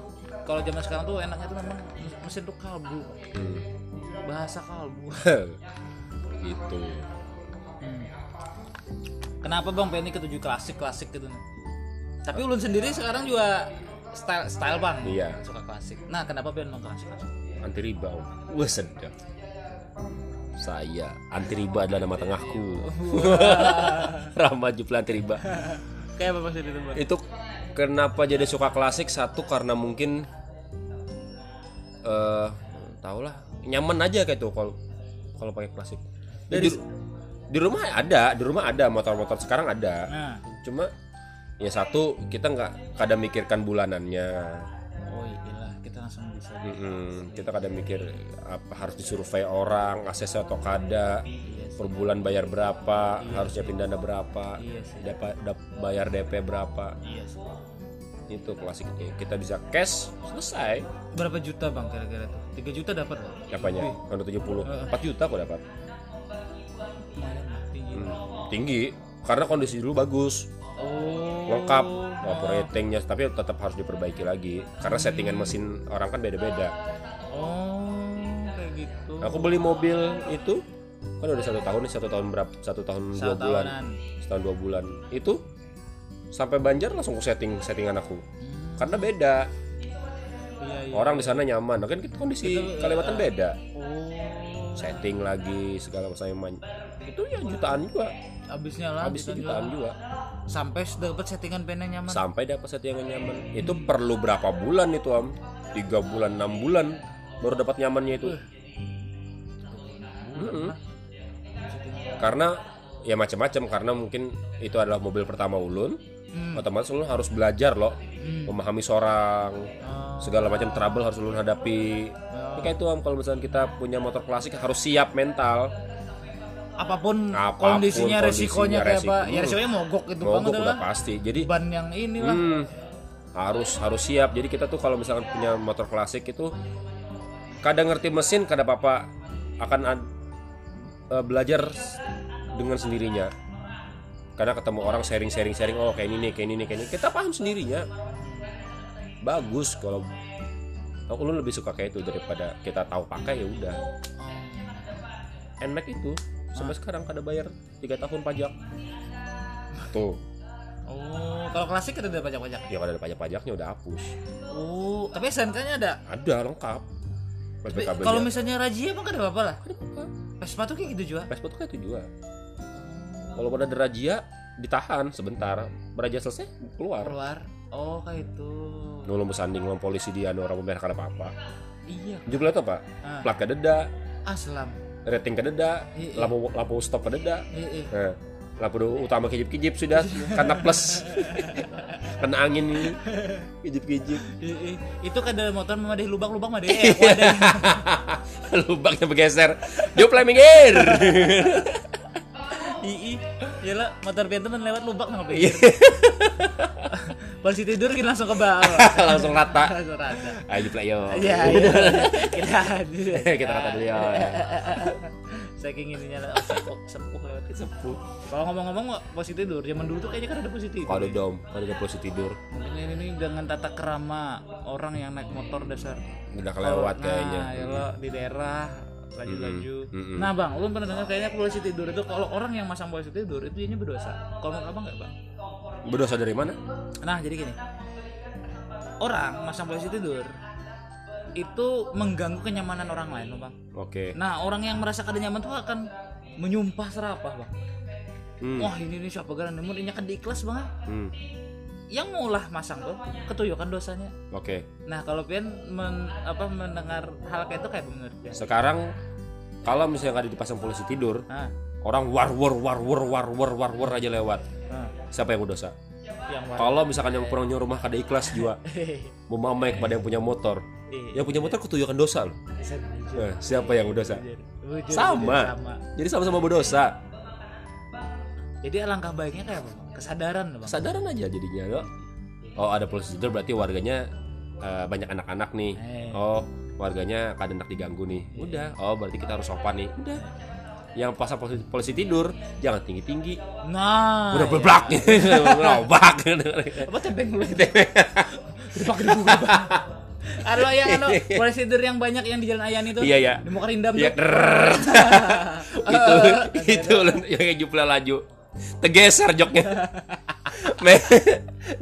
Speaker 2: kalau zaman sekarang tuh enaknya tuh memang mesin tuh kalbu
Speaker 1: Hmm.
Speaker 2: bahasa kalbu
Speaker 1: gitu.
Speaker 2: Hmm. Kenapa bang pengen ketujuh klasik klasik gitu? nih? Tapi ulun sendiri sekarang juga style style bang.
Speaker 1: Iya.
Speaker 2: Suka klasik. Nah kenapa pengen nonton klasik?
Speaker 1: Anti riba. Om. Wah, sedap. Saya anti riba adalah nama tengahku. Rama Jupla anti riba.
Speaker 2: Kayak apa sih itu bang?
Speaker 1: Itu kenapa jadi suka klasik satu karena mungkin eh tau lah nyaman aja kayak tuh kalau kalau pakai klasik. Ya, di, di rumah ada, di rumah ada motor-motor sekarang ada.
Speaker 2: Nah,
Speaker 1: Cuma ya satu kita nggak kadang mikirkan bulanannya.
Speaker 2: oh iya kita langsung bisa.
Speaker 1: Mm-mm, kita kadang mikir apa harus disurvei orang akses atau kada
Speaker 2: Iya sih.
Speaker 1: per bulan bayar berapa harusnya pindana berapa
Speaker 2: Iya sih.
Speaker 1: dapat dap- bayar DP berapa
Speaker 2: Iya sih.
Speaker 1: itu klasik itu kita bisa cash selesai
Speaker 2: Berapa juta bang kira-kira tuh? 3 juta dapat loh.
Speaker 1: apanya kalau 70 4 juta kok dapat Hmm.
Speaker 2: Lumayan lah, tinggi.
Speaker 1: tinggi karena kondisi dulu bagus
Speaker 2: Oh.
Speaker 1: Hmm. lengkap operatingnya tapi tetap harus diperbaiki lagi karena settingan mesin orang kan beda-beda
Speaker 2: Oh, kayak gitu.
Speaker 1: aku beli mobil itu kan udah satu tahun nih satu tahun berapa satu tahun dua
Speaker 2: Satu ya.
Speaker 1: bulan
Speaker 2: tahunan.
Speaker 1: setahun dua bulan itu sampai Banjar langsung ke setting settingan aku
Speaker 2: Hmm,
Speaker 1: karena beda
Speaker 2: iya, iya.
Speaker 1: orang di sana nyaman Nah, kan kita kondisi
Speaker 2: Betul,
Speaker 1: Kalimantan
Speaker 2: iya.
Speaker 1: beda
Speaker 2: Oh,
Speaker 1: setting lagi segala macam yang man- itu ya jutaan juga
Speaker 2: habisnya lah
Speaker 1: habis
Speaker 2: jutaan
Speaker 1: jutaan
Speaker 2: jutaan.
Speaker 1: juga
Speaker 2: Sampai dapat settingan pena nyaman.
Speaker 1: sampai dapat setting yang nyaman itu perlu berapa bulan itu am tiga bulan enam bulan baru dapat nyamannya itu Mm-mm. karena ya macam-macam karena mungkin itu adalah mobil pertama ulun
Speaker 2: Hmm.
Speaker 1: otomatis ulun harus belajar loh
Speaker 2: Hmm.
Speaker 1: memahami seorang
Speaker 2: Oh,
Speaker 1: segala macam trouble harus ulun hadapi Ini
Speaker 2: ya.
Speaker 1: kayak itu am kalau misalnya kita punya motor klasik harus siap mental
Speaker 2: apapun,
Speaker 1: Apapun kondisinya,
Speaker 2: kondisinya, resikonya kayak
Speaker 1: resiko.
Speaker 2: apa ya resikonya mogok gitu
Speaker 1: mogok
Speaker 2: banget
Speaker 1: udah
Speaker 2: lah
Speaker 1: pasti jadi
Speaker 2: ban yang inilah
Speaker 1: Hmm, harus harus siap. Jadi kita tuh kalau misalkan punya motor klasik itu kadang ngerti mesin, kadang papa akan ad- eh, belajar s- dengan sendirinya. Karena ketemu orang sharing-sharing-sharing, oh kayak ini nih, kayak ini nih, kayak ini. Kita paham sendirinya. Bagus kalau aku lu lebih suka kayak itu daripada kita tahu pakai ya udah. Nmax itu sampai sekarang kada bayar 3 tahun pajak. Tuh,
Speaker 2: oh kalau klasik itu ada pajak pajak
Speaker 1: ya kada ada pajak-pajaknya udah hapus.
Speaker 2: oh tapi SNK nya ada
Speaker 1: Ada lengkap.
Speaker 2: Tapi
Speaker 1: PPKB
Speaker 2: kalau misalnya razia emang gak ada apa-apa lah
Speaker 1: ada apa?
Speaker 2: Vespa tuh kayak gitu juga
Speaker 1: Vespa tuh kayak itu juga. Kalau pada ada razia ditahan sebentar, razia selesai keluar.
Speaker 2: keluar oh kayak itu
Speaker 1: Nulung bersanding sama polisi di anu orang pemerah karena apa-apa.
Speaker 2: iya
Speaker 1: Jumlah itu apa?
Speaker 2: Ah.
Speaker 1: Plat kededa,
Speaker 2: aslam
Speaker 1: rating kededa,
Speaker 2: Iya.
Speaker 1: lampu lampu stop kededa.
Speaker 2: iya iya.
Speaker 1: Nah, lampu utama kijip-kijip sudah karena plus. kena angin ini. Kijip-kijip.
Speaker 2: Iya, iya. itu kan ada motor memang ada lubang-lubang mah ada
Speaker 1: Iya.
Speaker 2: ya aku ada
Speaker 1: Lubangnya bergeser. Dia play minggir.
Speaker 2: ii iyalah Ya motor pian temen lewat lubang
Speaker 1: Iya.
Speaker 2: nang pikir polisi tidur kita langsung ke bawah
Speaker 1: Langsung rata.
Speaker 2: langsung rata
Speaker 1: Ayo play yo.
Speaker 2: Iya, iya. kita Eh, hadir.
Speaker 1: Kita rata dulu ya. yo.
Speaker 2: Saking ininya lah, oh, sepuh, sepuh lewat sepuh. Kalau ngomong-ngomong nggak posisi tidur, zaman dulu tuh kayaknya kan ada posisi tidur.
Speaker 1: Kalau dom, kalau ada posisi tidur
Speaker 2: Ini, ini, ini dengan tata kerama orang yang naik motor dasar.
Speaker 1: udah kelewat
Speaker 2: nah,
Speaker 1: kayaknya.
Speaker 2: ya lo di daerah laju-laju.
Speaker 1: Mm-mm, mm-mm.
Speaker 2: Nah bang, lu pernah dengar kayaknya polisi tidur itu kalau orang yang masang polisi tidur itu jadinya berdosa. Kalau menurut abang nggak bang?
Speaker 1: Berdosa dari mana?
Speaker 2: Nah jadi gini, orang masang polisi tidur itu mengganggu kenyamanan orang lain, loh, bang.
Speaker 1: Oke.
Speaker 2: Nah, orang yang merasa kada nyaman tuh akan menyumpah serapah, Bang.
Speaker 1: Hmm,
Speaker 2: Wah, ini nih siapa garan nemu ini kan ikhlas, Bang. ah.
Speaker 1: hmm,
Speaker 2: Yang ngulah masang tuh ketuyukan dosanya.
Speaker 1: Oke.
Speaker 2: Nah, kalau pian men, apa mendengar hal kayak itu kayak menurut pian.
Speaker 1: Sekarang kalau misalnya ada dipasang polisi tidur,
Speaker 2: Nah,
Speaker 1: orang war war war war war war war war aja lewat.
Speaker 2: nah,
Speaker 1: Siapa yang berdosa?
Speaker 2: yang Iya. war-
Speaker 1: Kalau misalkan yang punya rumah kada ikhlas juga memamai kepada yang punya motor.
Speaker 2: Iya,
Speaker 1: Yang punya motor ketuyukan dosa loh.
Speaker 2: bisa jujur,
Speaker 1: Eh, siapa yang berdosa?
Speaker 2: jujur, jujur,
Speaker 1: Sama.
Speaker 2: jujur, sama.
Speaker 1: Jadi sama-sama berdosa.
Speaker 2: Jadi alangkah baiknya kayak apa, Bang? Kesadaran, Bang.
Speaker 1: Kesadaran aja jadinya lo.
Speaker 2: Iya.
Speaker 1: Oh, ada polisi tidur berarti warganya eh, banyak anak-anak nih.
Speaker 2: Eh. Iya.
Speaker 1: Oh, warganya kadang nak diganggu nih. Udah. Oh, berarti kita harus sopan nih. Udah. Yang pasang polisi, polisi tidur jangan tinggi-tinggi.
Speaker 2: Nah,
Speaker 1: Udah
Speaker 2: iya.
Speaker 1: beblak. Robak.
Speaker 2: apa tebeng lu tebeng dipak di Google Anu yang anu polisi tidur yang banyak yang di jalan Ayan itu.
Speaker 1: Iya, iya.
Speaker 2: Di Mokar Indam
Speaker 1: Iya.
Speaker 2: tuh.
Speaker 1: drrrr. itu
Speaker 2: Eh,
Speaker 1: itu yang kayak jupla laju. Tegeser joknya. Me-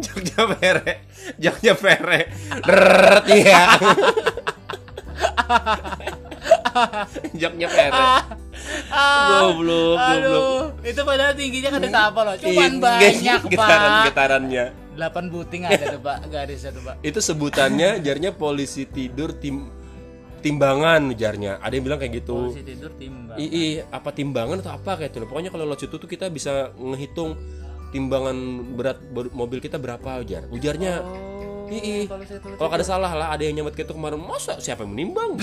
Speaker 1: joknya pere. Joknya pere. Drrrr, Iya. joknya pere.
Speaker 2: Ah,
Speaker 1: Goblok, goblok.
Speaker 2: aduh, itu padahal tingginya kan ada apa loh. Cuman
Speaker 1: Iya,
Speaker 2: banyak, Pak.
Speaker 1: Getaran-getarannya.
Speaker 2: 8 buting ada tuh, Pak. Garisnya tuh, Pak.
Speaker 1: Itu sebutannya jarnya polisi tidur tim timbangan jarnya. Ada yang bilang kayak gitu.
Speaker 2: Polisi tidur timbang.
Speaker 1: Ii
Speaker 2: kan?
Speaker 1: apa timbangan atau apa kayak itu. loh. Pokoknya kalau lo situ tuh kita bisa ngehitung timbangan berat ber- mobil kita berapa ujar. Ujarnya
Speaker 2: Oh,
Speaker 1: Ii.
Speaker 2: Kalau saya tulis
Speaker 1: Kalau kan kada salah lah ada yang nyambat gitu kemarin masa siapa yang menimbang?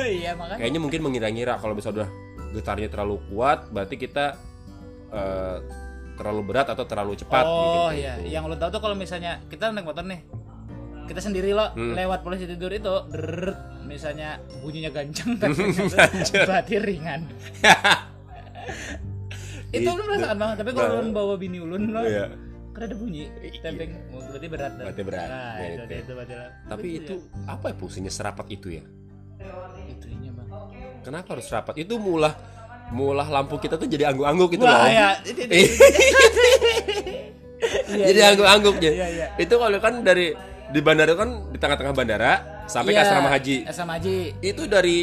Speaker 2: iya makanya.
Speaker 1: Kayaknya mungkin mengira-ngira kalau bisa udah getarnya terlalu kuat berarti kita eh, terlalu berat atau terlalu cepat
Speaker 2: Oh
Speaker 1: mungkin kayak
Speaker 2: iya,
Speaker 1: gitu.
Speaker 2: yang lu tahu tuh kalau misalnya kita naik motor nih, kita sendiri lo
Speaker 1: Hmm.
Speaker 2: lewat polisi tidur itu, drrrt, misalnya bunyinya ganjang kan, berarti ringan. itu ulun merasakan banget, tapi kalau ulun bawa bini ulun
Speaker 1: Gitu.
Speaker 2: lo,
Speaker 1: Nah. Iya.
Speaker 2: kan ada bunyi
Speaker 1: Iya.
Speaker 2: tempeng Oh, berarti berat dong.
Speaker 1: Berarti berat,
Speaker 2: nah, itu,
Speaker 1: berarti.
Speaker 2: itu, itu berarti lah.
Speaker 1: Tapi itu
Speaker 2: iya.
Speaker 1: apa ya fungsinya serapat itu ya?
Speaker 2: itunya bang
Speaker 1: Kenapa harus rapat? Itu mulah mulah lampu kita tuh jadi angguk-angguk gitu
Speaker 2: Wah,
Speaker 1: loh.
Speaker 2: ya. Iya,
Speaker 1: jadi
Speaker 2: iya.
Speaker 1: angguk-angguknya.
Speaker 2: Iya, iya.
Speaker 1: Itu kalau kan dari di bandara kan di tengah-tengah bandara sampai
Speaker 2: Iya,
Speaker 1: ke asrama haji.
Speaker 2: asrama haji
Speaker 1: Itu dari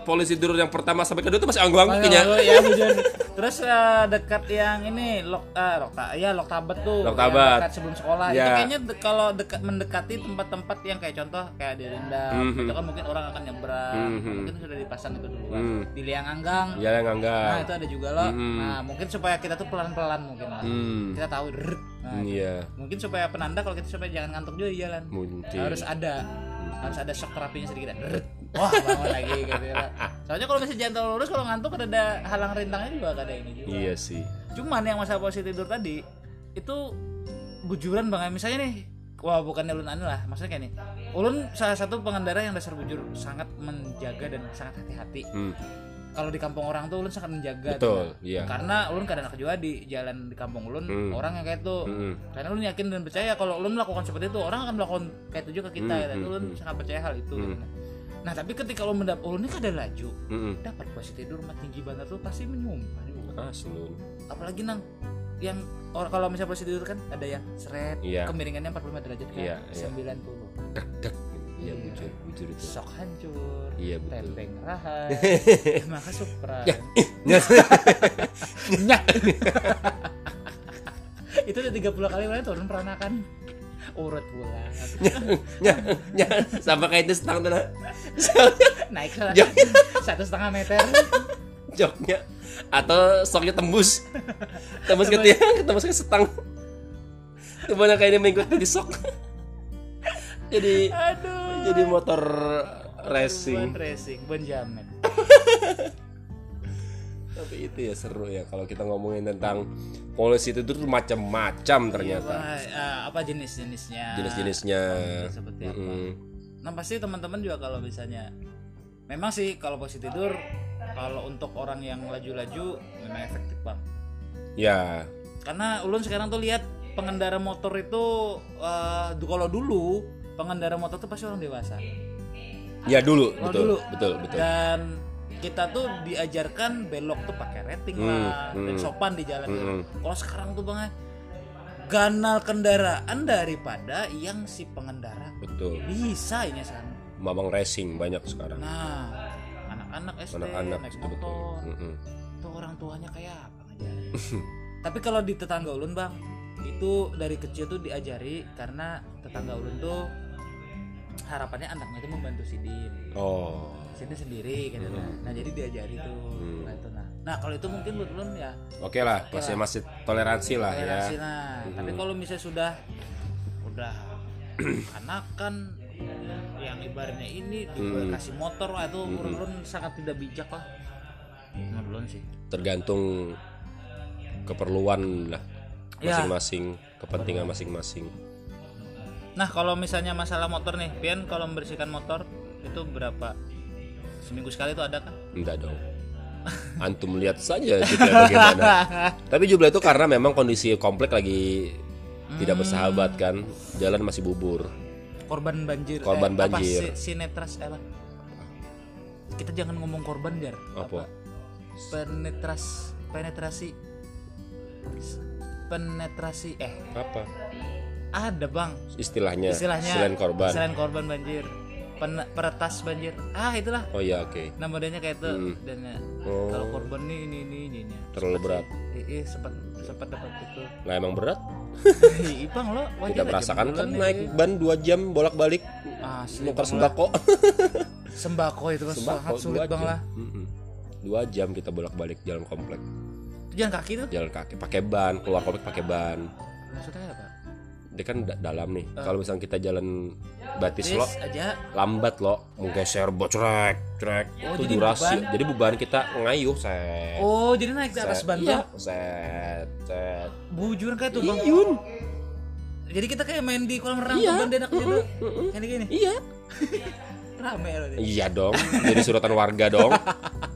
Speaker 1: polisi durur yang pertama sampai kedua itu masih angguk-angguknya.
Speaker 2: Malu-malu, ya, jujur. terus eh, dekat yang ini lok eh, lok Ta- ya lok tabat tuh
Speaker 1: Lok
Speaker 2: yang
Speaker 1: Tabat.
Speaker 2: dekat sebelum sekolah
Speaker 1: Ya.
Speaker 2: itu kayaknya de- kalau dekat mendekati tempat-tempat yang kayak contoh kayak di rendang
Speaker 1: Mhm.
Speaker 2: itu kan mungkin orang akan nyebrang
Speaker 1: Mhm.
Speaker 2: mungkin sudah dipasang itu dulu
Speaker 1: Hmm.
Speaker 2: di liang anggang
Speaker 1: Ya yang
Speaker 2: nah
Speaker 1: anggap.
Speaker 2: itu ada juga loh
Speaker 1: Mhm.
Speaker 2: nah mungkin supaya kita tuh pelan-pelan mungkin lah
Speaker 1: Hmm.
Speaker 2: kita tahu drrrt. nah, itu.
Speaker 1: Iya,
Speaker 2: mungkin supaya penanda kalau kita supaya jangan ngantuk juga di jalan
Speaker 1: muncul.
Speaker 2: harus ada
Speaker 1: Hmm.
Speaker 2: harus ada shock terapinya sedikit Drrrt. wah bangun lagi gitu ya soalnya kalau masih jangan terlalu lurus kalau ngantuk kan ada halang rintangnya juga gak ada ini juga
Speaker 1: Iya sih.
Speaker 2: cuman yang masalah posisi tidur tadi itu bujuran bang misalnya nih wah bukannya ulun aneh lah maksudnya kayak nih ulun salah satu pengendara yang dasar bujur sangat menjaga dan sangat hati-hati
Speaker 1: Hmm,
Speaker 2: kalau di kampung orang tuh ulun sangat menjaga
Speaker 1: betul,
Speaker 2: tuh.
Speaker 1: iya.
Speaker 2: karena ulun kadang juga di jalan di kampung ulun
Speaker 1: Hmm.
Speaker 2: orang yang kayak tuh
Speaker 1: Hmm.
Speaker 2: karena lu yakin dan percaya kalau lu melakukan seperti itu orang akan melakukan kayak itu juga ke kita
Speaker 1: Hmm,
Speaker 2: ya dan
Speaker 1: hmm,
Speaker 2: lu
Speaker 1: hmm.
Speaker 2: sangat percaya hal itu
Speaker 1: Hmm.
Speaker 2: gitu. nah tapi ketika lu mendapat lu ini kada laju
Speaker 1: Hmm.
Speaker 2: dapat posisi tidur rumah tinggi banget tuh pasti menyumpah juga
Speaker 1: Ah, sebelum.
Speaker 2: apalagi nang yang or, kalau misalnya posisi tidur kan ada yang seret
Speaker 1: Iya.
Speaker 2: kemiringannya 45 derajat kan
Speaker 1: Iya, iya.
Speaker 2: 90
Speaker 1: Dek, dek. Iya, bujur, bujur itu.
Speaker 2: sok hancur
Speaker 1: Iya, betul.
Speaker 2: tempeng rahai maka supra
Speaker 1: Ya.
Speaker 2: Nyak. itu udah 30 kali mulai turun peranakan urut pula
Speaker 1: Ya, ya, sama kayak itu setang tuh, nah.
Speaker 2: naik lah
Speaker 1: Ya.
Speaker 2: satu setengah meter
Speaker 1: joknya atau soknya tembus tembus ke tiang tembus ke setang itu mana kayak dia mengikuti di sok jadi
Speaker 2: aduh
Speaker 1: jadi motor racing
Speaker 2: Buat racing buat jamet
Speaker 1: tapi itu ya seru ya kalau kita ngomongin tentang polisi itu tuh macam-macam ternyata
Speaker 2: Wah, eh, apa jenis-jenisnya
Speaker 1: jenis-jenisnya
Speaker 2: seperti apa
Speaker 1: Mm-mm.
Speaker 2: nah pasti teman-teman juga kalau misalnya memang sih kalau posisi tidur kalau untuk orang yang laju-laju memang efektif bang
Speaker 1: ya
Speaker 2: karena ulun sekarang tuh lihat pengendara motor itu eh, du- kalau dulu pengendara motor tuh pasti orang dewasa
Speaker 1: ya dulu
Speaker 2: Kalau
Speaker 1: betul
Speaker 2: dulu.
Speaker 1: betul betul
Speaker 2: dan kita tuh diajarkan belok tuh pakai rating lah
Speaker 1: Hmm,
Speaker 2: dan
Speaker 1: hmm.
Speaker 2: sopan di jalan
Speaker 1: Hmm, hmm.
Speaker 2: kalau sekarang tuh bang eh, ganal kendaraan daripada yang si pengendara
Speaker 1: betul
Speaker 2: bisa ini sana
Speaker 1: mamang racing banyak sekarang
Speaker 2: nah anak-anak SD
Speaker 1: anak-anak
Speaker 2: naik
Speaker 1: itu betul Hmm.
Speaker 2: motor
Speaker 1: Mm-mm.
Speaker 2: tuh orang tuanya kayak apa ngajarin tapi kalau di tetangga ulun bang itu dari kecil tuh diajari karena tetangga ulun tuh harapannya anaknya itu membantu Sidin
Speaker 1: oh
Speaker 2: Sidin sendiri gitu nah. nah jadi diajari tuh
Speaker 1: Hmm.
Speaker 2: nah, itu, nah nah kalau itu mungkin buat ulun ya
Speaker 1: Oke lah, masih masih toleransi lah
Speaker 2: toleransi
Speaker 1: ya.
Speaker 2: nah tapi kalau misalnya sudah udah anakan yang ibaratnya ini
Speaker 1: Hmm.
Speaker 2: dikasih motor lah itu menurut ulun sangat tidak bijak lah menurut ulun sih
Speaker 1: Tergantung keperluan lah
Speaker 2: Ya.
Speaker 1: masing-masing, kepentingan masing-masing.
Speaker 2: Nah kalau misalnya masalah motor nih, Pian kalau membersihkan motor itu berapa? Seminggu sekali itu ada kan?
Speaker 1: Enggak dong. Antum lihat saja jublah bagaimana. Tapi jublah itu karena memang kondisi komplek lagi tidak
Speaker 2: Hmm.
Speaker 1: bersahabat kan. Jalan masih bubur.
Speaker 2: Korban banjir. eh,
Speaker 1: Korban banjir.
Speaker 2: Apa, si- sinetras eh, apa? Kita jangan ngomong korban jar.
Speaker 1: Apa?
Speaker 2: Penetras, penetrasi, penetrasi. Eh
Speaker 1: Apa?
Speaker 2: ada bang.
Speaker 1: Istilahnya,
Speaker 2: Istilahnya.
Speaker 1: Ya, selain korban.
Speaker 2: Selain korban banjir, pen, peretas banjir. Ah itulah.
Speaker 1: Oh ya oke.
Speaker 2: Nah modelnya kayak itu
Speaker 1: Hmm.
Speaker 2: dan ya,
Speaker 1: Oh.
Speaker 2: kalau korban nih ini ini ini. ini.
Speaker 1: Terlalu berat.
Speaker 2: Iya sempat sempat dapat itu.
Speaker 1: Lah emang berat?
Speaker 2: Ih, Ipang lo wajar
Speaker 1: Tidak
Speaker 2: aja
Speaker 1: merasakan kan
Speaker 2: beneran Oh, iya, nih.
Speaker 1: naik ban 2 jam bolak-balik
Speaker 2: Asli,
Speaker 1: muter
Speaker 2: Bang,
Speaker 1: sembako.
Speaker 2: sembako itu kan sangat sulit bang lah.
Speaker 1: Mm-mm. Dua jam kita bolak-balik jalan komplek,
Speaker 2: Itu Jalan kaki tuh
Speaker 1: jalan kaki, pakai ban, keluar komplek pakai ban.
Speaker 2: maksudnya apa?
Speaker 1: Dia kan da- dalam nih.
Speaker 2: Ah.
Speaker 1: Kalau misalnya kita jalan batis lo,
Speaker 2: Bis aja.
Speaker 1: lambat lo, menggeser bocorek, trek.
Speaker 2: Oh,
Speaker 1: itu
Speaker 2: jadi
Speaker 1: durasi.
Speaker 2: beban.
Speaker 1: Jadi beban kita ngayuh set.
Speaker 2: Oh jadi naik ke
Speaker 1: Eh.
Speaker 2: atas
Speaker 1: set,
Speaker 2: ban
Speaker 1: iya,
Speaker 2: tuh.
Speaker 1: set, set.
Speaker 2: Bujuran kayak tuh bang.
Speaker 1: Iyun.
Speaker 2: Jadi kita kayak main di kolam renang
Speaker 1: Iya.
Speaker 2: tuh, ban denak gitu. Kayak gini.
Speaker 1: Iya.
Speaker 2: Rame loh. dia.
Speaker 1: Iya dong, jadi sorotan warga dong.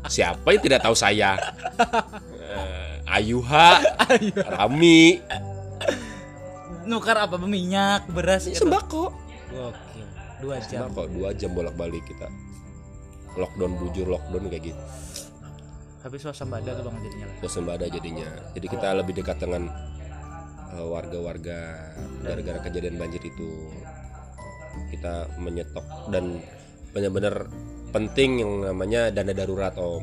Speaker 1: Siapa yang tidak tahu saya? Eh, Ayuha, Rami,
Speaker 2: nukar apa minyak beras gitu
Speaker 1: sembako
Speaker 2: Gokil. dua jam
Speaker 1: sembako dua jam bolak balik kita lockdown bujur lockdown kayak gitu
Speaker 2: habis swasembada tuh bang jadinya lah
Speaker 1: swasembada jadinya jadi kita lebih dekat dengan eh, warga-warga gara-gara kejadian banjir itu kita menyetok dan benar-benar penting yang namanya dana darurat om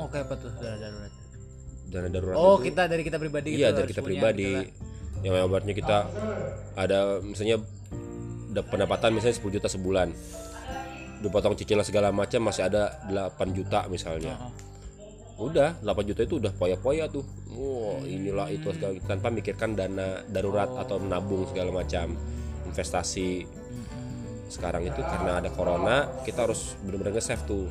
Speaker 2: oke apa tuh darurat darurat
Speaker 1: dana darurat
Speaker 2: oh kita dari kita pribadi
Speaker 1: Iya
Speaker 2: gitu
Speaker 1: dari
Speaker 2: harus
Speaker 1: kita
Speaker 2: punya
Speaker 1: pribadi.
Speaker 2: gitu lah.
Speaker 1: yang obatnya kita ada misalnya ada pendapatan misalnya 10 juta sebulan. Dipotong cicilan segala macam masih ada 8 juta misalnya. Udah 8 juta itu udah poya-poya tuh. Wah, inilah itu segala tanpa mikirkan dana darurat
Speaker 2: Oh.
Speaker 1: atau menabung segala macam investasi. Sekarang itu karena ada corona, kita harus benar-benar nge-save tuh.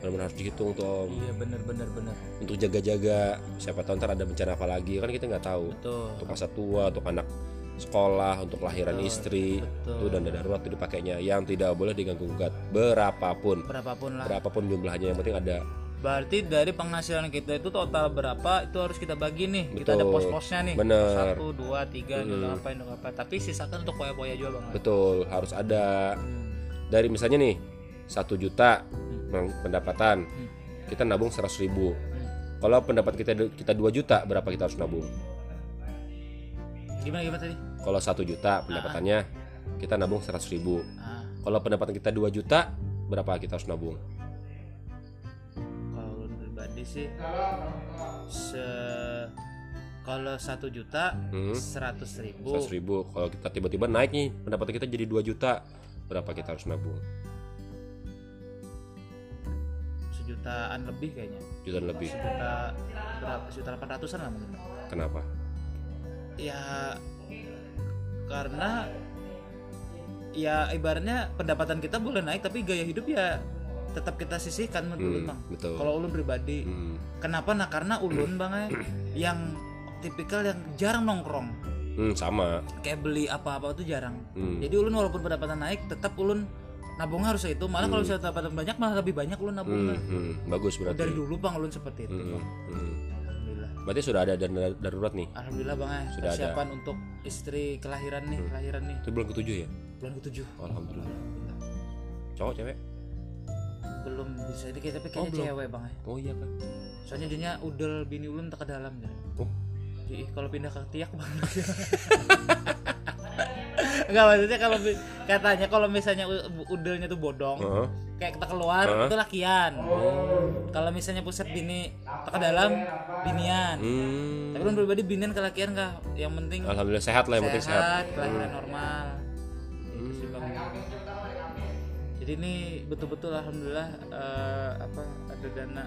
Speaker 1: Benar-benar harus dihitung tuh Om
Speaker 2: iya bener bener bener
Speaker 1: untuk jaga-jaga siapa tahu ntar ada bencana apa lagi kan kita nggak tahu
Speaker 2: betul
Speaker 1: untuk masa tua untuk anak sekolah untuk lahiran istri
Speaker 2: betul.
Speaker 1: itu dana darurat itu dipakainya yang tidak boleh diganggu gugat berapapun
Speaker 2: berapapun lah
Speaker 1: berapapun jumlahnya yang penting ada
Speaker 2: Berarti dari penghasilan kita itu total berapa itu harus kita bagi nih. Kita ada
Speaker 1: Betul.
Speaker 2: pos-posnya nih.
Speaker 1: Bener.
Speaker 2: Satu, dua, tiga, untuk apa, untuk apa. Tapi sisakan untuk poya-poya juga bang.
Speaker 1: betul harus ada
Speaker 2: Hmm.
Speaker 1: dari misalnya nih satu juta peng- pendapatan
Speaker 2: Hmm.
Speaker 1: kita nabung seratus ribu kalau pendapat kita kita 2 juta berapa kita harus nabung
Speaker 2: Gimana gimana tadi?
Speaker 1: kalau satu juta pendapatannya kita nabung seratus ribu
Speaker 2: Ah,
Speaker 1: kalau pendapatan kita 2 juta berapa kita harus nabung
Speaker 2: kalau ulun pribadi sih se kalau satu juta
Speaker 1: Hmm.
Speaker 2: seratus ribu.
Speaker 1: 100 ribu kalau kita tiba-tiba naik nih pendapatan kita jadi 2 juta berapa kita harus nabung
Speaker 2: sejutaan lebih kayaknya.
Speaker 1: jutaan lebih
Speaker 2: Sejuta berapa? Sejuta delapan ratusan lah mungkin.
Speaker 1: kenapa
Speaker 2: ya karena ya ibaratnya pendapatan kita boleh naik tapi gaya hidup ya tetap kita sisihkan menurut
Speaker 1: Hmm,
Speaker 2: bang
Speaker 1: betul.
Speaker 2: kalau ulun pribadi
Speaker 1: Hmm,
Speaker 2: kenapa nah karena ulun bang eh, yang tipikal yang jarang nongkrong
Speaker 1: hmm, sama
Speaker 2: kayak beli apa-apa tuh jarang
Speaker 1: Hmm.
Speaker 2: jadi ulun walaupun pendapatan naik tetap ulun nabungnya harus itu malah kalau saya pendapatan banyak malah lebih banyak ulun
Speaker 1: Hmm,
Speaker 2: nabungnya
Speaker 1: hmm, bagus berarti
Speaker 2: dari dulu bang ulun seperti itu
Speaker 1: Hmm,
Speaker 2: Bang.
Speaker 1: hmm.
Speaker 2: alhamdulillah
Speaker 1: berarti sudah ada dana darurat nih
Speaker 2: alhamdulillah bang eh,
Speaker 1: Sudah ada. Hmm.
Speaker 2: persiapan untuk istri kelahiran nih kelahiran nih
Speaker 1: itu bulan ketujuh ya
Speaker 2: bulan ketujuh
Speaker 1: alhamdulillah cowok cewek
Speaker 2: belum bisa ini kayak- tapi kayaknya
Speaker 1: belum.
Speaker 2: cewek bang ya
Speaker 1: oh iya kan
Speaker 2: soalnya jadinya udel bini ulun tak ke dalam ya
Speaker 1: oh
Speaker 2: Jadi, kalau pindah ke tiak bang Enggak maksudnya kalau bi- katanya kalau misalnya u- bu- udelnya tuh bodong
Speaker 1: Heeh.
Speaker 2: kayak kita keluar itu lakian kalau misalnya pusat bini tak ke dalam binian
Speaker 1: Hmm,
Speaker 2: tapi ulun pribadi binian ke lakian kah yang penting
Speaker 1: alhamdulillah sehat lah yang penting sehat Hmm.
Speaker 2: sehat kelahiran normal Itu sih, Bang. jadi ini betul-betul alhamdulillah eh, apa ada dana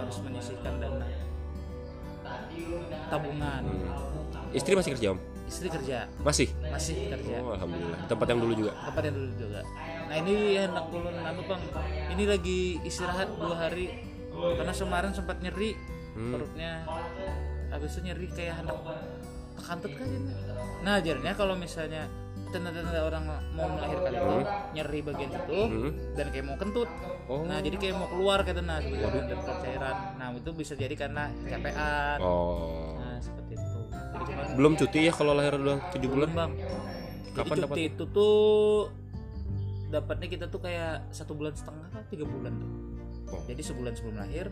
Speaker 2: harus menyisihkan dana tabungan
Speaker 1: Hmm. istri masih kerja om
Speaker 2: istri kerja
Speaker 1: masih
Speaker 2: masih kerja
Speaker 1: oh alhamdulillah tempat yang dulu juga
Speaker 2: tempat yang dulu juga nah ini hendak ulun apa bang ini lagi istirahat dua hari karena kemarin sempat nyeri
Speaker 1: Hmm.
Speaker 2: perutnya habis itu nyeri kayak hendak kekantut kan jadinya. nah jadinya kalau misalnya tanda-tanda orang mau melahirkan itu nyeri bagian situ dan kayak mau kentut
Speaker 1: Hmm. Oh.
Speaker 2: nah jadi kayak mau keluar kayak nah sebetulnya dan cairan nah itu bisa jadi karena kecapean
Speaker 1: oh
Speaker 2: nah seperti itu jadi cuman
Speaker 1: belum cuti ya kalau lahir udah tujuh bulan
Speaker 2: belum bang
Speaker 1: Kapan
Speaker 2: Iya, jadi cuti
Speaker 1: dapat?
Speaker 2: itu tuh dapatnya kita tuh kayak satu bulan setengah kan tiga bulan tuh
Speaker 1: Oh.
Speaker 2: jadi sebulan sebelum lahir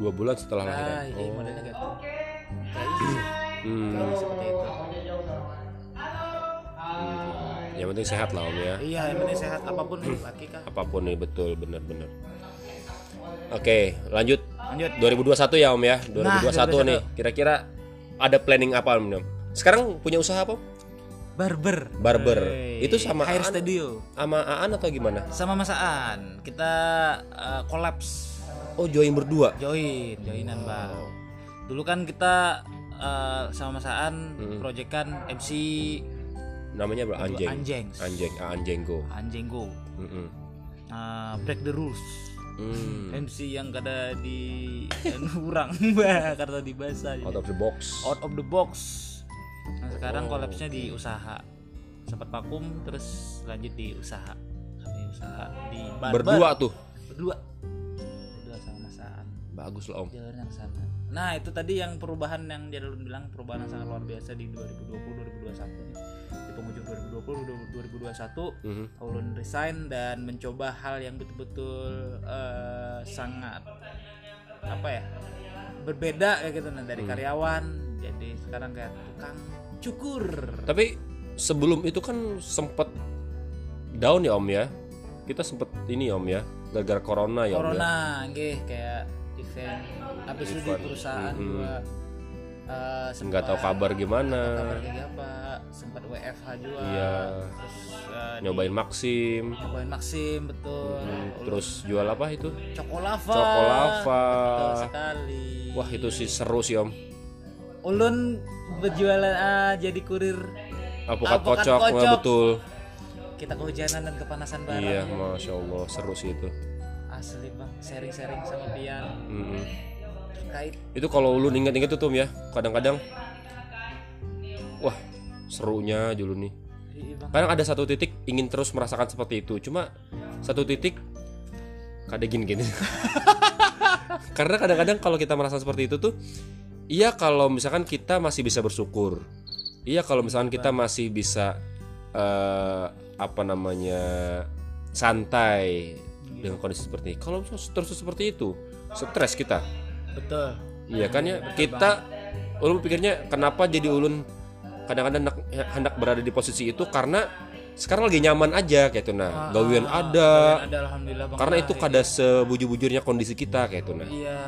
Speaker 1: dua bulan setelah lahiran
Speaker 2: nah jadi
Speaker 1: Oh.
Speaker 2: modelnya gitu Kayaknya sih,
Speaker 1: Hmm.
Speaker 2: kayaknya gitu, seperti itu
Speaker 1: Yang penting sehat lah om ya.
Speaker 2: iya yang penting sehat apapun
Speaker 1: Hmm.
Speaker 2: laki kan? kah
Speaker 1: Apapun nih betul benar-benar. Oke, lanjut
Speaker 2: lanjut
Speaker 1: 2021 ya om ya. 2021
Speaker 2: 2021.
Speaker 1: nih. Kira-kira ada planning apa om? Om? Sekarang punya usaha apa? Om?
Speaker 2: barber
Speaker 1: Barber.
Speaker 2: Hey,
Speaker 1: Itu sama
Speaker 2: hair
Speaker 1: Aan?
Speaker 2: studio
Speaker 1: Sama Aan atau gimana?
Speaker 2: sama masaan kita eh, kolaps
Speaker 1: Oh join berdua.
Speaker 2: join joinan bang dulu kan kita eh, sama masaan proyekan MC
Speaker 1: Namanya berapa? Hmm. Anjeng.
Speaker 2: kan Anjeng
Speaker 1: Anjeng. Ah, Anjenggo.
Speaker 2: Anjeng Go
Speaker 1: Mm-mm.
Speaker 2: Uh, break the rules
Speaker 1: Hmm.
Speaker 2: MC yang kada di kurang bah karena dibasa
Speaker 1: Eh, Out
Speaker 2: jadi
Speaker 1: of the box.
Speaker 2: out of the box nah sekarang
Speaker 1: Oh,
Speaker 2: kolapsnya di usaha sempat vakum terus lanjut di usaha kami usaha di barber
Speaker 1: Berdua tuh.
Speaker 2: berdua berdua sama masaan
Speaker 1: Bagus lah Om.
Speaker 2: jalur yang sama nah itu tadi yang perubahan yang dia dulu bilang perubahan yang sangat luar biasa di 2020 2021 nih di penghujung 2020 2021
Speaker 1: Mhm.
Speaker 2: Paulun resign dan mencoba hal yang betul-betul eh, sangat apa ya berbeda kayak gitu nah dari
Speaker 1: Hmm.
Speaker 2: karyawan jadi sekarang kayak tukang cukur
Speaker 1: Tapi sebelum itu kan sempet down ya Om ya. Kita sempet ini ya Om ya, gara-gara corona ya Om ya.
Speaker 2: corona nggih, kayak event habis itu di
Speaker 1: Event.
Speaker 2: perusahaan
Speaker 1: Mm-mm.
Speaker 2: juga eh,
Speaker 1: Nggak tahu
Speaker 2: sempat-
Speaker 1: kabar gitu. gimana.
Speaker 2: kabar kayak apa sempat WFH juga
Speaker 1: Iya.
Speaker 2: terus eh, di-
Speaker 1: Nyobain Maxim,
Speaker 2: nyobain Maxim betul
Speaker 1: terus jual apa itu?
Speaker 2: Cokolava
Speaker 1: Cokolava.
Speaker 2: betul sekali
Speaker 1: Wah, itu sih seru sih Om.
Speaker 2: Ulun berjualan ah, jadi kurir
Speaker 1: Apokat
Speaker 2: Apokat
Speaker 1: kocok, wah,
Speaker 2: kocok.
Speaker 1: betul.
Speaker 2: kita kehujanan dan kepanasan bareng
Speaker 1: Iya, masya Allah, seru sih itu.
Speaker 2: asli bang sharing-sharing sama Pian
Speaker 1: Mm-mm.
Speaker 2: terkait
Speaker 1: Itu kalau lu inget-inget tuh Om ya, kadang-kadang, wah serunya aja lu nih.
Speaker 2: Iya, bang
Speaker 1: Kadang ada satu titik ingin terus merasakan seperti itu, cuma satu titik kada gini gini. Karena kadang-kadang kalau kita merasa seperti itu tuh, iya kalau misalkan kita masih bisa bersyukur, iya kalau misalkan kita masih bisa eh, apa namanya santai dengan kondisi seperti ini. Kalau terus seperti itu, stres kita.
Speaker 2: betul
Speaker 1: Iya kan ya kita ulun pikirnya kenapa jadi ulun kadang-kadang hendak, hendak berada di posisi itu karena sekarang lagi nyaman aja kayak itu nah gawian
Speaker 2: Ah,
Speaker 1: ada
Speaker 2: gawian ada alhamdulillah bang
Speaker 1: karena itu
Speaker 2: Ah,
Speaker 1: kada sebujur-bujurnya kondisi kita kayak itu nah
Speaker 2: iya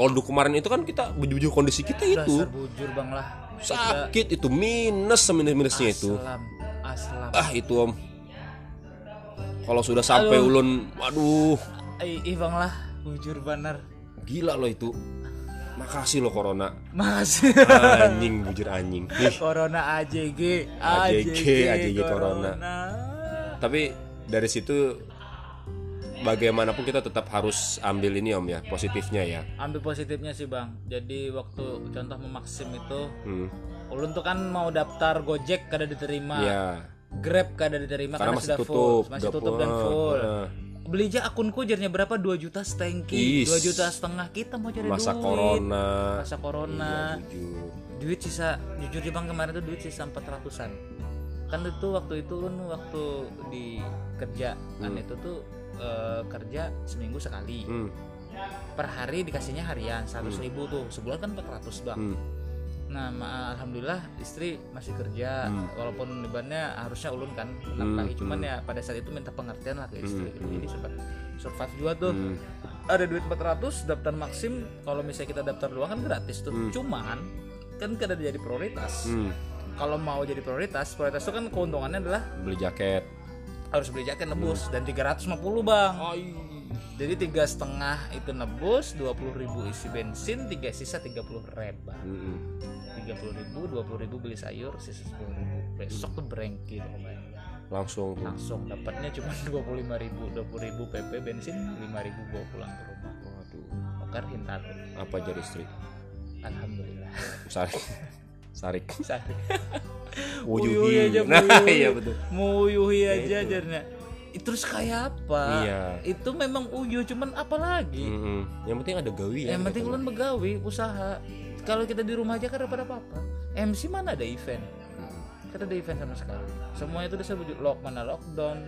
Speaker 1: kalau dulu kemarin itu kan kita bujur-bujur kondisi kita itu
Speaker 2: dasar bujur bang lah
Speaker 1: sakit itu minus seminus-minusnya itu
Speaker 2: aslam aslam
Speaker 1: ah itu om kalau sudah sampai ulun aduh
Speaker 2: Ih, ih, bang lah bujur bener
Speaker 1: gila loh itu makasih loh corona
Speaker 2: makasih
Speaker 1: anjing bujur anjing Ih.
Speaker 2: Corona AJG
Speaker 1: AJG, AJG Corona. tapi dari situ bagaimanapun kita tetap harus ambil ini om ya positifnya ya
Speaker 2: Ambil positifnya sih bang. Jadi waktu contoh memaksim itu,
Speaker 1: hmm.
Speaker 2: ulun tuh kan mau daftar Gojek kada diterima,
Speaker 1: ya
Speaker 2: Grab kada diterima
Speaker 1: karena
Speaker 2: Nah, karena,
Speaker 1: masih
Speaker 2: sudah
Speaker 1: tutup
Speaker 2: full, masih
Speaker 1: udah
Speaker 2: tutup dan
Speaker 1: full.
Speaker 2: full.
Speaker 1: Heeh.
Speaker 2: Beli aja akunku jadinya berapa? 2 juta setengki,
Speaker 1: Is.
Speaker 2: 2 juta setengah kita mau cari
Speaker 1: masa
Speaker 2: duit.
Speaker 1: corona
Speaker 2: Masa corona.
Speaker 1: Iya, jujur.
Speaker 2: Duit sisa jujur di bang kemarin tuh duit sisa 400-an. Kan itu waktu itu ulun waktu di kerja kan itu tuh eh, kerja seminggu sekali.
Speaker 1: Hmm,
Speaker 2: per hari dikasihnya harian 100.000 ribu tuh sebulan kan 400 bang
Speaker 1: hmm,
Speaker 2: nah ma- alhamdulillah istri masih kerja walaupun bebannya harusnya ulun kan enam
Speaker 1: Hmm,
Speaker 2: lagi cuman ya pada saat itu minta pengertian lah ke istri gitu.
Speaker 1: Hmm,
Speaker 2: jadi sempat survive juga tuh
Speaker 1: hmm.
Speaker 2: ada duit 400 daftar maksim kalau misalnya kita daftar doang kan gratis tuh
Speaker 1: Hmm.
Speaker 2: cuman kan kada jadi prioritas
Speaker 1: hmm.
Speaker 2: kalau mau jadi prioritas prioritas itu kan keuntungannya adalah
Speaker 1: beli jaket
Speaker 2: harus beli jaket nebus
Speaker 1: Hmm.
Speaker 2: dan 350 bang
Speaker 1: Ai.
Speaker 2: jadi tiga setengah itu nebus 20.000 isi bensin tiga sisa 30.000 reba
Speaker 1: Hmm, hmm.
Speaker 2: 30.000 20.000 beli sayur sisa 10.000 besok tuh berengki loh, Bay.
Speaker 1: langsung tuh
Speaker 2: langsung dapatnya cuma 25.000 20.000 PP bensin 5.000 bawa pulang ke rumah
Speaker 1: waduh
Speaker 2: Oke, hintar
Speaker 1: apa jadi istri
Speaker 2: alhamdulillah
Speaker 1: sarik sarik
Speaker 2: Sari. Uyuhi
Speaker 1: wujuhi
Speaker 2: aja,
Speaker 1: nah
Speaker 2: uyuhi.
Speaker 1: iya betul
Speaker 2: muyuhi
Speaker 1: Ya
Speaker 2: aja
Speaker 1: itu.
Speaker 2: jarnya itu terus kayak apa
Speaker 1: iya
Speaker 2: itu memang uyuh cuman apa lagi
Speaker 1: Hmm, hmm. yang penting ada gawi ya
Speaker 2: yang
Speaker 1: kayak
Speaker 2: penting
Speaker 1: itu.
Speaker 2: ulun begawi usaha kalau kita di rumah aja kan daripada apa-apa MC mana ada event kan ada event sama sekali semuanya itu udah sebut lock mana lockdown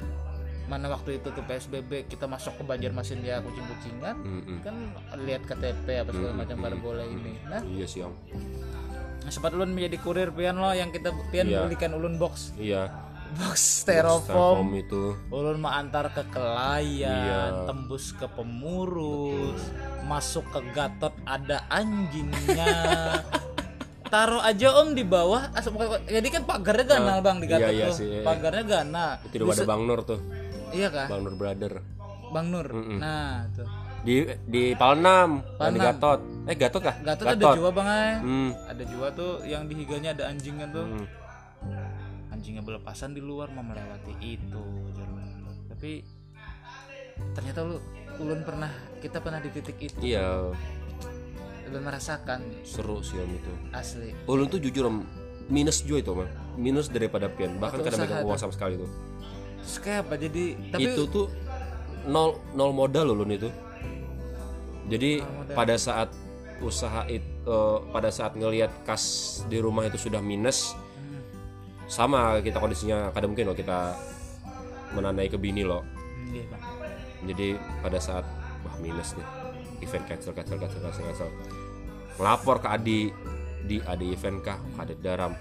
Speaker 2: mana waktu itu tuh PSBB kita masuk ke Banjarmasin ya kucing-kucingan
Speaker 1: Hmm, hmm.
Speaker 2: kan lihat KTP apa segala
Speaker 1: Mm-mm,
Speaker 2: macam baru boleh ini nah
Speaker 1: iya sih om
Speaker 2: sempat ulun menjadi kurir pian lo yang kita pian
Speaker 1: Iya.
Speaker 2: belikan ulun box
Speaker 1: iya
Speaker 2: box
Speaker 1: Styrofoam
Speaker 2: styrofoam
Speaker 1: itu
Speaker 2: ulun mah antar ke
Speaker 1: Iya.
Speaker 2: kelayan tembus ke pemurus masuk ke gatot ada anjingnya taruh aja om di bawah as- bukan- bukan- jadi kan pagarnya ganal bang di
Speaker 1: iya,
Speaker 2: gatot
Speaker 1: iya
Speaker 2: tuh
Speaker 1: sih, iya, iya.
Speaker 2: pagarnya ganal
Speaker 1: itu udah ada Bang Nur tuh
Speaker 2: iya kah
Speaker 1: Bang Nur brother
Speaker 2: bang nur nah tuh
Speaker 1: di di Palnam dan di
Speaker 2: Palnam.
Speaker 1: Gatot eh Gatot kah
Speaker 2: gatot, ada jua bang ay.
Speaker 1: hmm.
Speaker 2: ada jua tuh yang di higanya ada anjingnya tuh
Speaker 1: Hmm.
Speaker 2: anjingnya berlepasan di luar mau melewati itu Jarwo. tapi ternyata lu ulun pernah kita pernah di titik itu
Speaker 1: iya
Speaker 2: belum merasakan
Speaker 1: seru sih om itu
Speaker 2: asli
Speaker 1: ulun tuh jujur om minus juga itu om minus daripada pian bahkan
Speaker 2: Atau
Speaker 1: kadang
Speaker 2: usaha
Speaker 1: megang uang sama sekali tuh
Speaker 2: Terus kayak apa jadi tapi
Speaker 1: itu tuh nol nol modal ulun itu Jadi pada saat usaha itu pada saat ngelihat kas di rumah itu sudah minus
Speaker 2: Hmm,
Speaker 1: sama kita kondisinya kadang mungkin loh kita menandai ke bini loh.
Speaker 2: Hmm, iya, Bang.
Speaker 1: Jadi pada saat wah minus nih event cancel cancel cancel cancel cancel. Ngelapor ke Adi di Adi event kah? Wah, Ada daram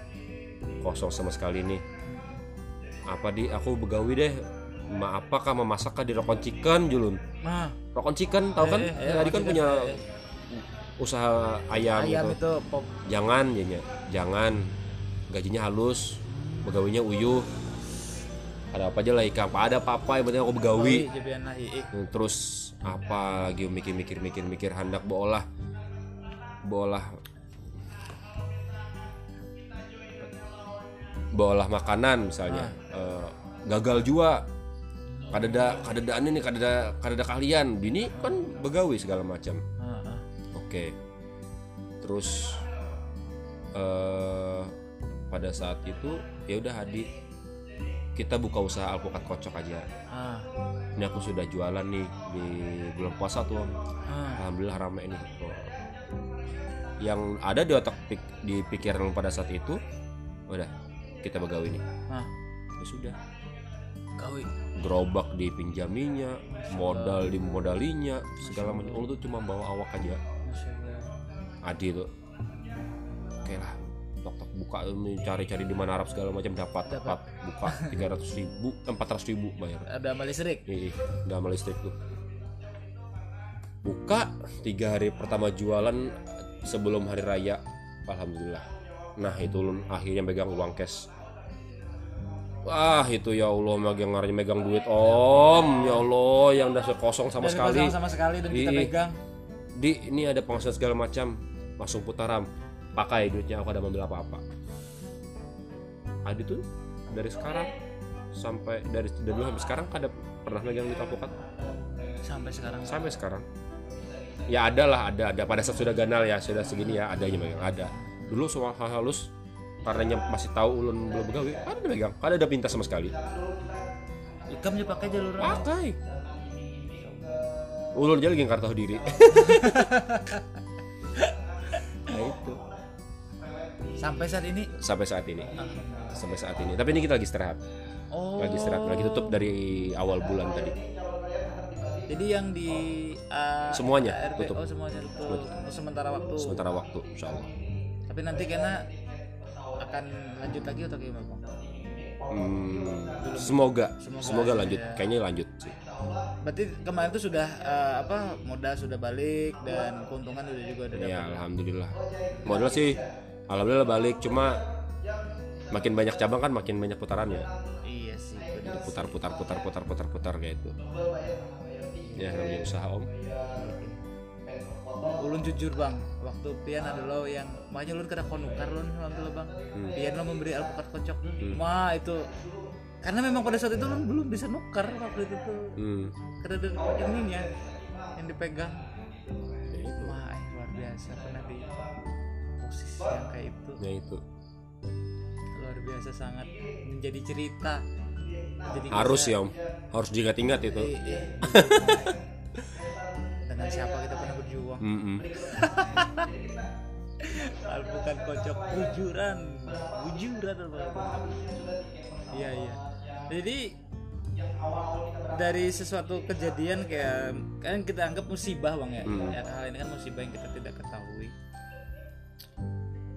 Speaker 1: kosong sama sekali nih. Apa di aku begawi deh. Ma apakah memasakkah di rokon chicken julun?
Speaker 2: Nah,
Speaker 1: Rokon Chicken tahu kan?
Speaker 2: Eh, eh,
Speaker 1: Tadi kan
Speaker 2: Rokon
Speaker 1: punya
Speaker 2: Chicken,
Speaker 1: usaha ayam,
Speaker 2: ayam
Speaker 1: gitu.
Speaker 2: itu pop
Speaker 1: Jangan ya, Nya. jangan. Gajinya halus, pegawainya uyuh. Ada apa aja lah ikan, apa ada apa-apa yang penting aku begawi.
Speaker 2: Oi, jepian lah, iya.
Speaker 1: Terus apa lagi mikir-mikir mikir-mikir hendak bolah bolah bolah makanan misalnya Eh, gagal jua kadada kadadaan ini kadada kadada kalian bini kan begawi segala macam
Speaker 2: Ah, ah.
Speaker 1: Oke. Terus eh pada saat itu ya udah Hadi kita buka usaha alpukat kocok aja.
Speaker 2: Ah,
Speaker 1: Ini aku sudah jualan nih di bulan puasa tuh. Om.
Speaker 2: ah.
Speaker 1: Alhamdulillah rame nih. Wah. Yang ada di otak pik- di pikiran lu pada saat itu udah kita begawi nih.
Speaker 2: Nah.
Speaker 1: Ya sudah.
Speaker 2: Gawi.
Speaker 1: Gerobak dipinjaminya, modal dimodalinya, segala macam.
Speaker 2: Allah.
Speaker 1: Lu tuh cuma bawa awak aja.
Speaker 2: Masya Allah.
Speaker 1: Adi tuh oke lah tok tok buka ini cari-cari di mana Arab segala macam dapat dapat buka 300 ribu eh, 400 ribu bayar
Speaker 2: Ada sama listrik.
Speaker 1: Ih, udah sama listrik tuh buka tiga hari pertama jualan sebelum hari raya alhamdulillah nah itu lu akhirnya megang uang cash Wah itu ya Allah megang megang duit om ya Allah yang dasar kosong sama
Speaker 2: Dan
Speaker 1: sekali
Speaker 2: dipasang sama sekali dan kita
Speaker 1: Iya.
Speaker 2: pegang.
Speaker 1: di ini ada penghasilan segala macam langsung putaram pakai duitnya aku ada mobil apa apa Adi tuh dari sekarang sampai dari dari dulu sampai sekarang kada pernah megang duit alpukat
Speaker 2: Sampai sekarang.
Speaker 1: sampai sekarang ya ada lah ada ada pada saat sudah ganal ya sudah segini ya ada aja megang ada dulu soal hal halus karena nyam- masih tahu ulun belum begawe ada megang ada ada pinta sama sekali
Speaker 2: Ikamnya pakai jalur.
Speaker 1: pakai ulun aja lagi nggak tahu diri nah itu
Speaker 2: Sampai saat ini.
Speaker 1: sampai saat ini sampai saat ini tapi ini kita lagi istirahat
Speaker 2: Oh.
Speaker 1: lagi istirahat lagi tutup dari awal bulan tadi
Speaker 2: Jadi yang di uh,
Speaker 1: Semuanya
Speaker 2: ARP
Speaker 1: tutup.
Speaker 2: Oh, semuanya tutup. Untuk sementara waktu.
Speaker 1: sementara waktu insyaallah
Speaker 2: Tapi nanti kena akan lanjut lagi atau gimana, Bang?
Speaker 1: Hmm, semoga
Speaker 2: Semoga
Speaker 1: semoga
Speaker 2: aja
Speaker 1: lanjut
Speaker 2: ya.
Speaker 1: kayaknya lanjut sih
Speaker 2: Berarti kemarin tuh sudah eh, apa modal sudah balik dan keuntungan udah juga udah
Speaker 1: ya
Speaker 2: dapat.
Speaker 1: alhamdulillah modal sih alhamdulillah balik cuma makin banyak cabang kan makin banyak putarannya
Speaker 2: Iya sih. bener.
Speaker 1: putar putar putar putar putar putar kayak itu ya namanya usaha om
Speaker 2: Ulun jujur bang, waktu pian ada lo yang makanya ulun kena konukar ulun waktu lo bang.
Speaker 1: Hmm.
Speaker 2: Pian lo memberi alpukat kocok, mah itu karena memang pada saat itu ulun belum bisa nuker waktu itu tuh
Speaker 1: hmm.
Speaker 2: karena ada ininya ya, yang dipegang.
Speaker 1: ya itu
Speaker 2: Wah eh, luar biasa pernah di posisi yang kayak itu
Speaker 1: ya itu
Speaker 2: luar biasa sangat menjadi cerita. Jadi
Speaker 1: harus ya om harus diingat-ingat itu
Speaker 2: Eh, eh. dengan siapa kita pernah berjuang
Speaker 1: Mm-mm.
Speaker 2: bukan kocok bujuran bujuran apa iya iya jadi dari sesuatu kejadian kayak kan kita anggap musibah bang ya
Speaker 1: Hmm.
Speaker 2: Ya, hal ini kan musibah yang kita tidak ketahui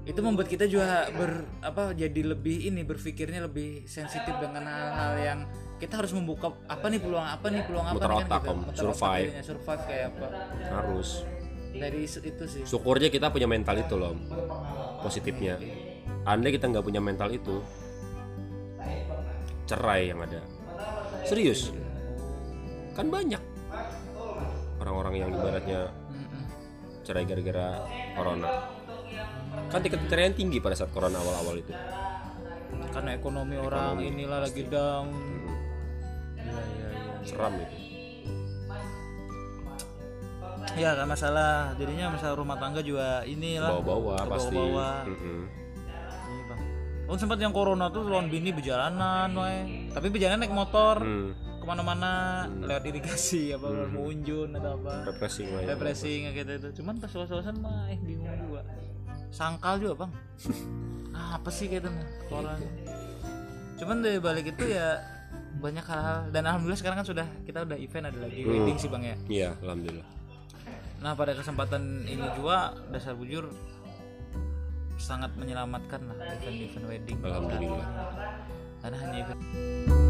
Speaker 2: itu membuat kita juga ber apa jadi lebih ini berpikirnya lebih sensitif dengan hal-hal yang kita harus membuka apa nih peluang apa nih peluang apa
Speaker 1: Muter
Speaker 2: nih
Speaker 1: otak,
Speaker 2: kita
Speaker 1: Om.
Speaker 2: muter
Speaker 1: Survive.
Speaker 2: jadinya, survive kayak apa
Speaker 1: harus
Speaker 2: dari se- itu sih
Speaker 1: syukurnya kita punya mental itu loh positifnya andai kita nggak punya mental itu cerai yang ada serius kan banyak orang-orang yang ibaratnya
Speaker 2: Mm-mm.
Speaker 1: cerai gara-gara corona kan tiket ceraian tinggi pada saat corona awal-awal itu
Speaker 2: karena ekonomi orang inilah lagi down
Speaker 1: Iya,
Speaker 2: ya ya
Speaker 1: seram itu
Speaker 2: ya gak masalah jadinya masalah rumah tangga juga inilah iya,
Speaker 1: bawa-bawa
Speaker 2: Ke
Speaker 1: pasti
Speaker 2: bawa-bawa.
Speaker 1: Mm-mm.
Speaker 2: Ini, Bang. Oh sempat yang corona tuh lawan bini berjalanan, wae. Tapi berjalan naik motor.
Speaker 1: Iya. Hmm.
Speaker 2: kemana-mana lewat irigasi apa munjun atau apa
Speaker 1: refreshing lah ya.
Speaker 2: refreshing kayak gitu, gitu cuman pas suasan mah eh bingung juga sangkal juga bang apa sih kayak gitu mah orang cuman dari balik itu ya banyak hal-hal dan alhamdulillah sekarang kan sudah kita udah event ada lagi wedding sih bang ya
Speaker 1: Iya, alhamdulillah.
Speaker 2: Nah pada kesempatan ini juga dasar bujur sangat menyelamatkan lah event-event wedding
Speaker 1: Alhamdulillah.
Speaker 2: karena hanya event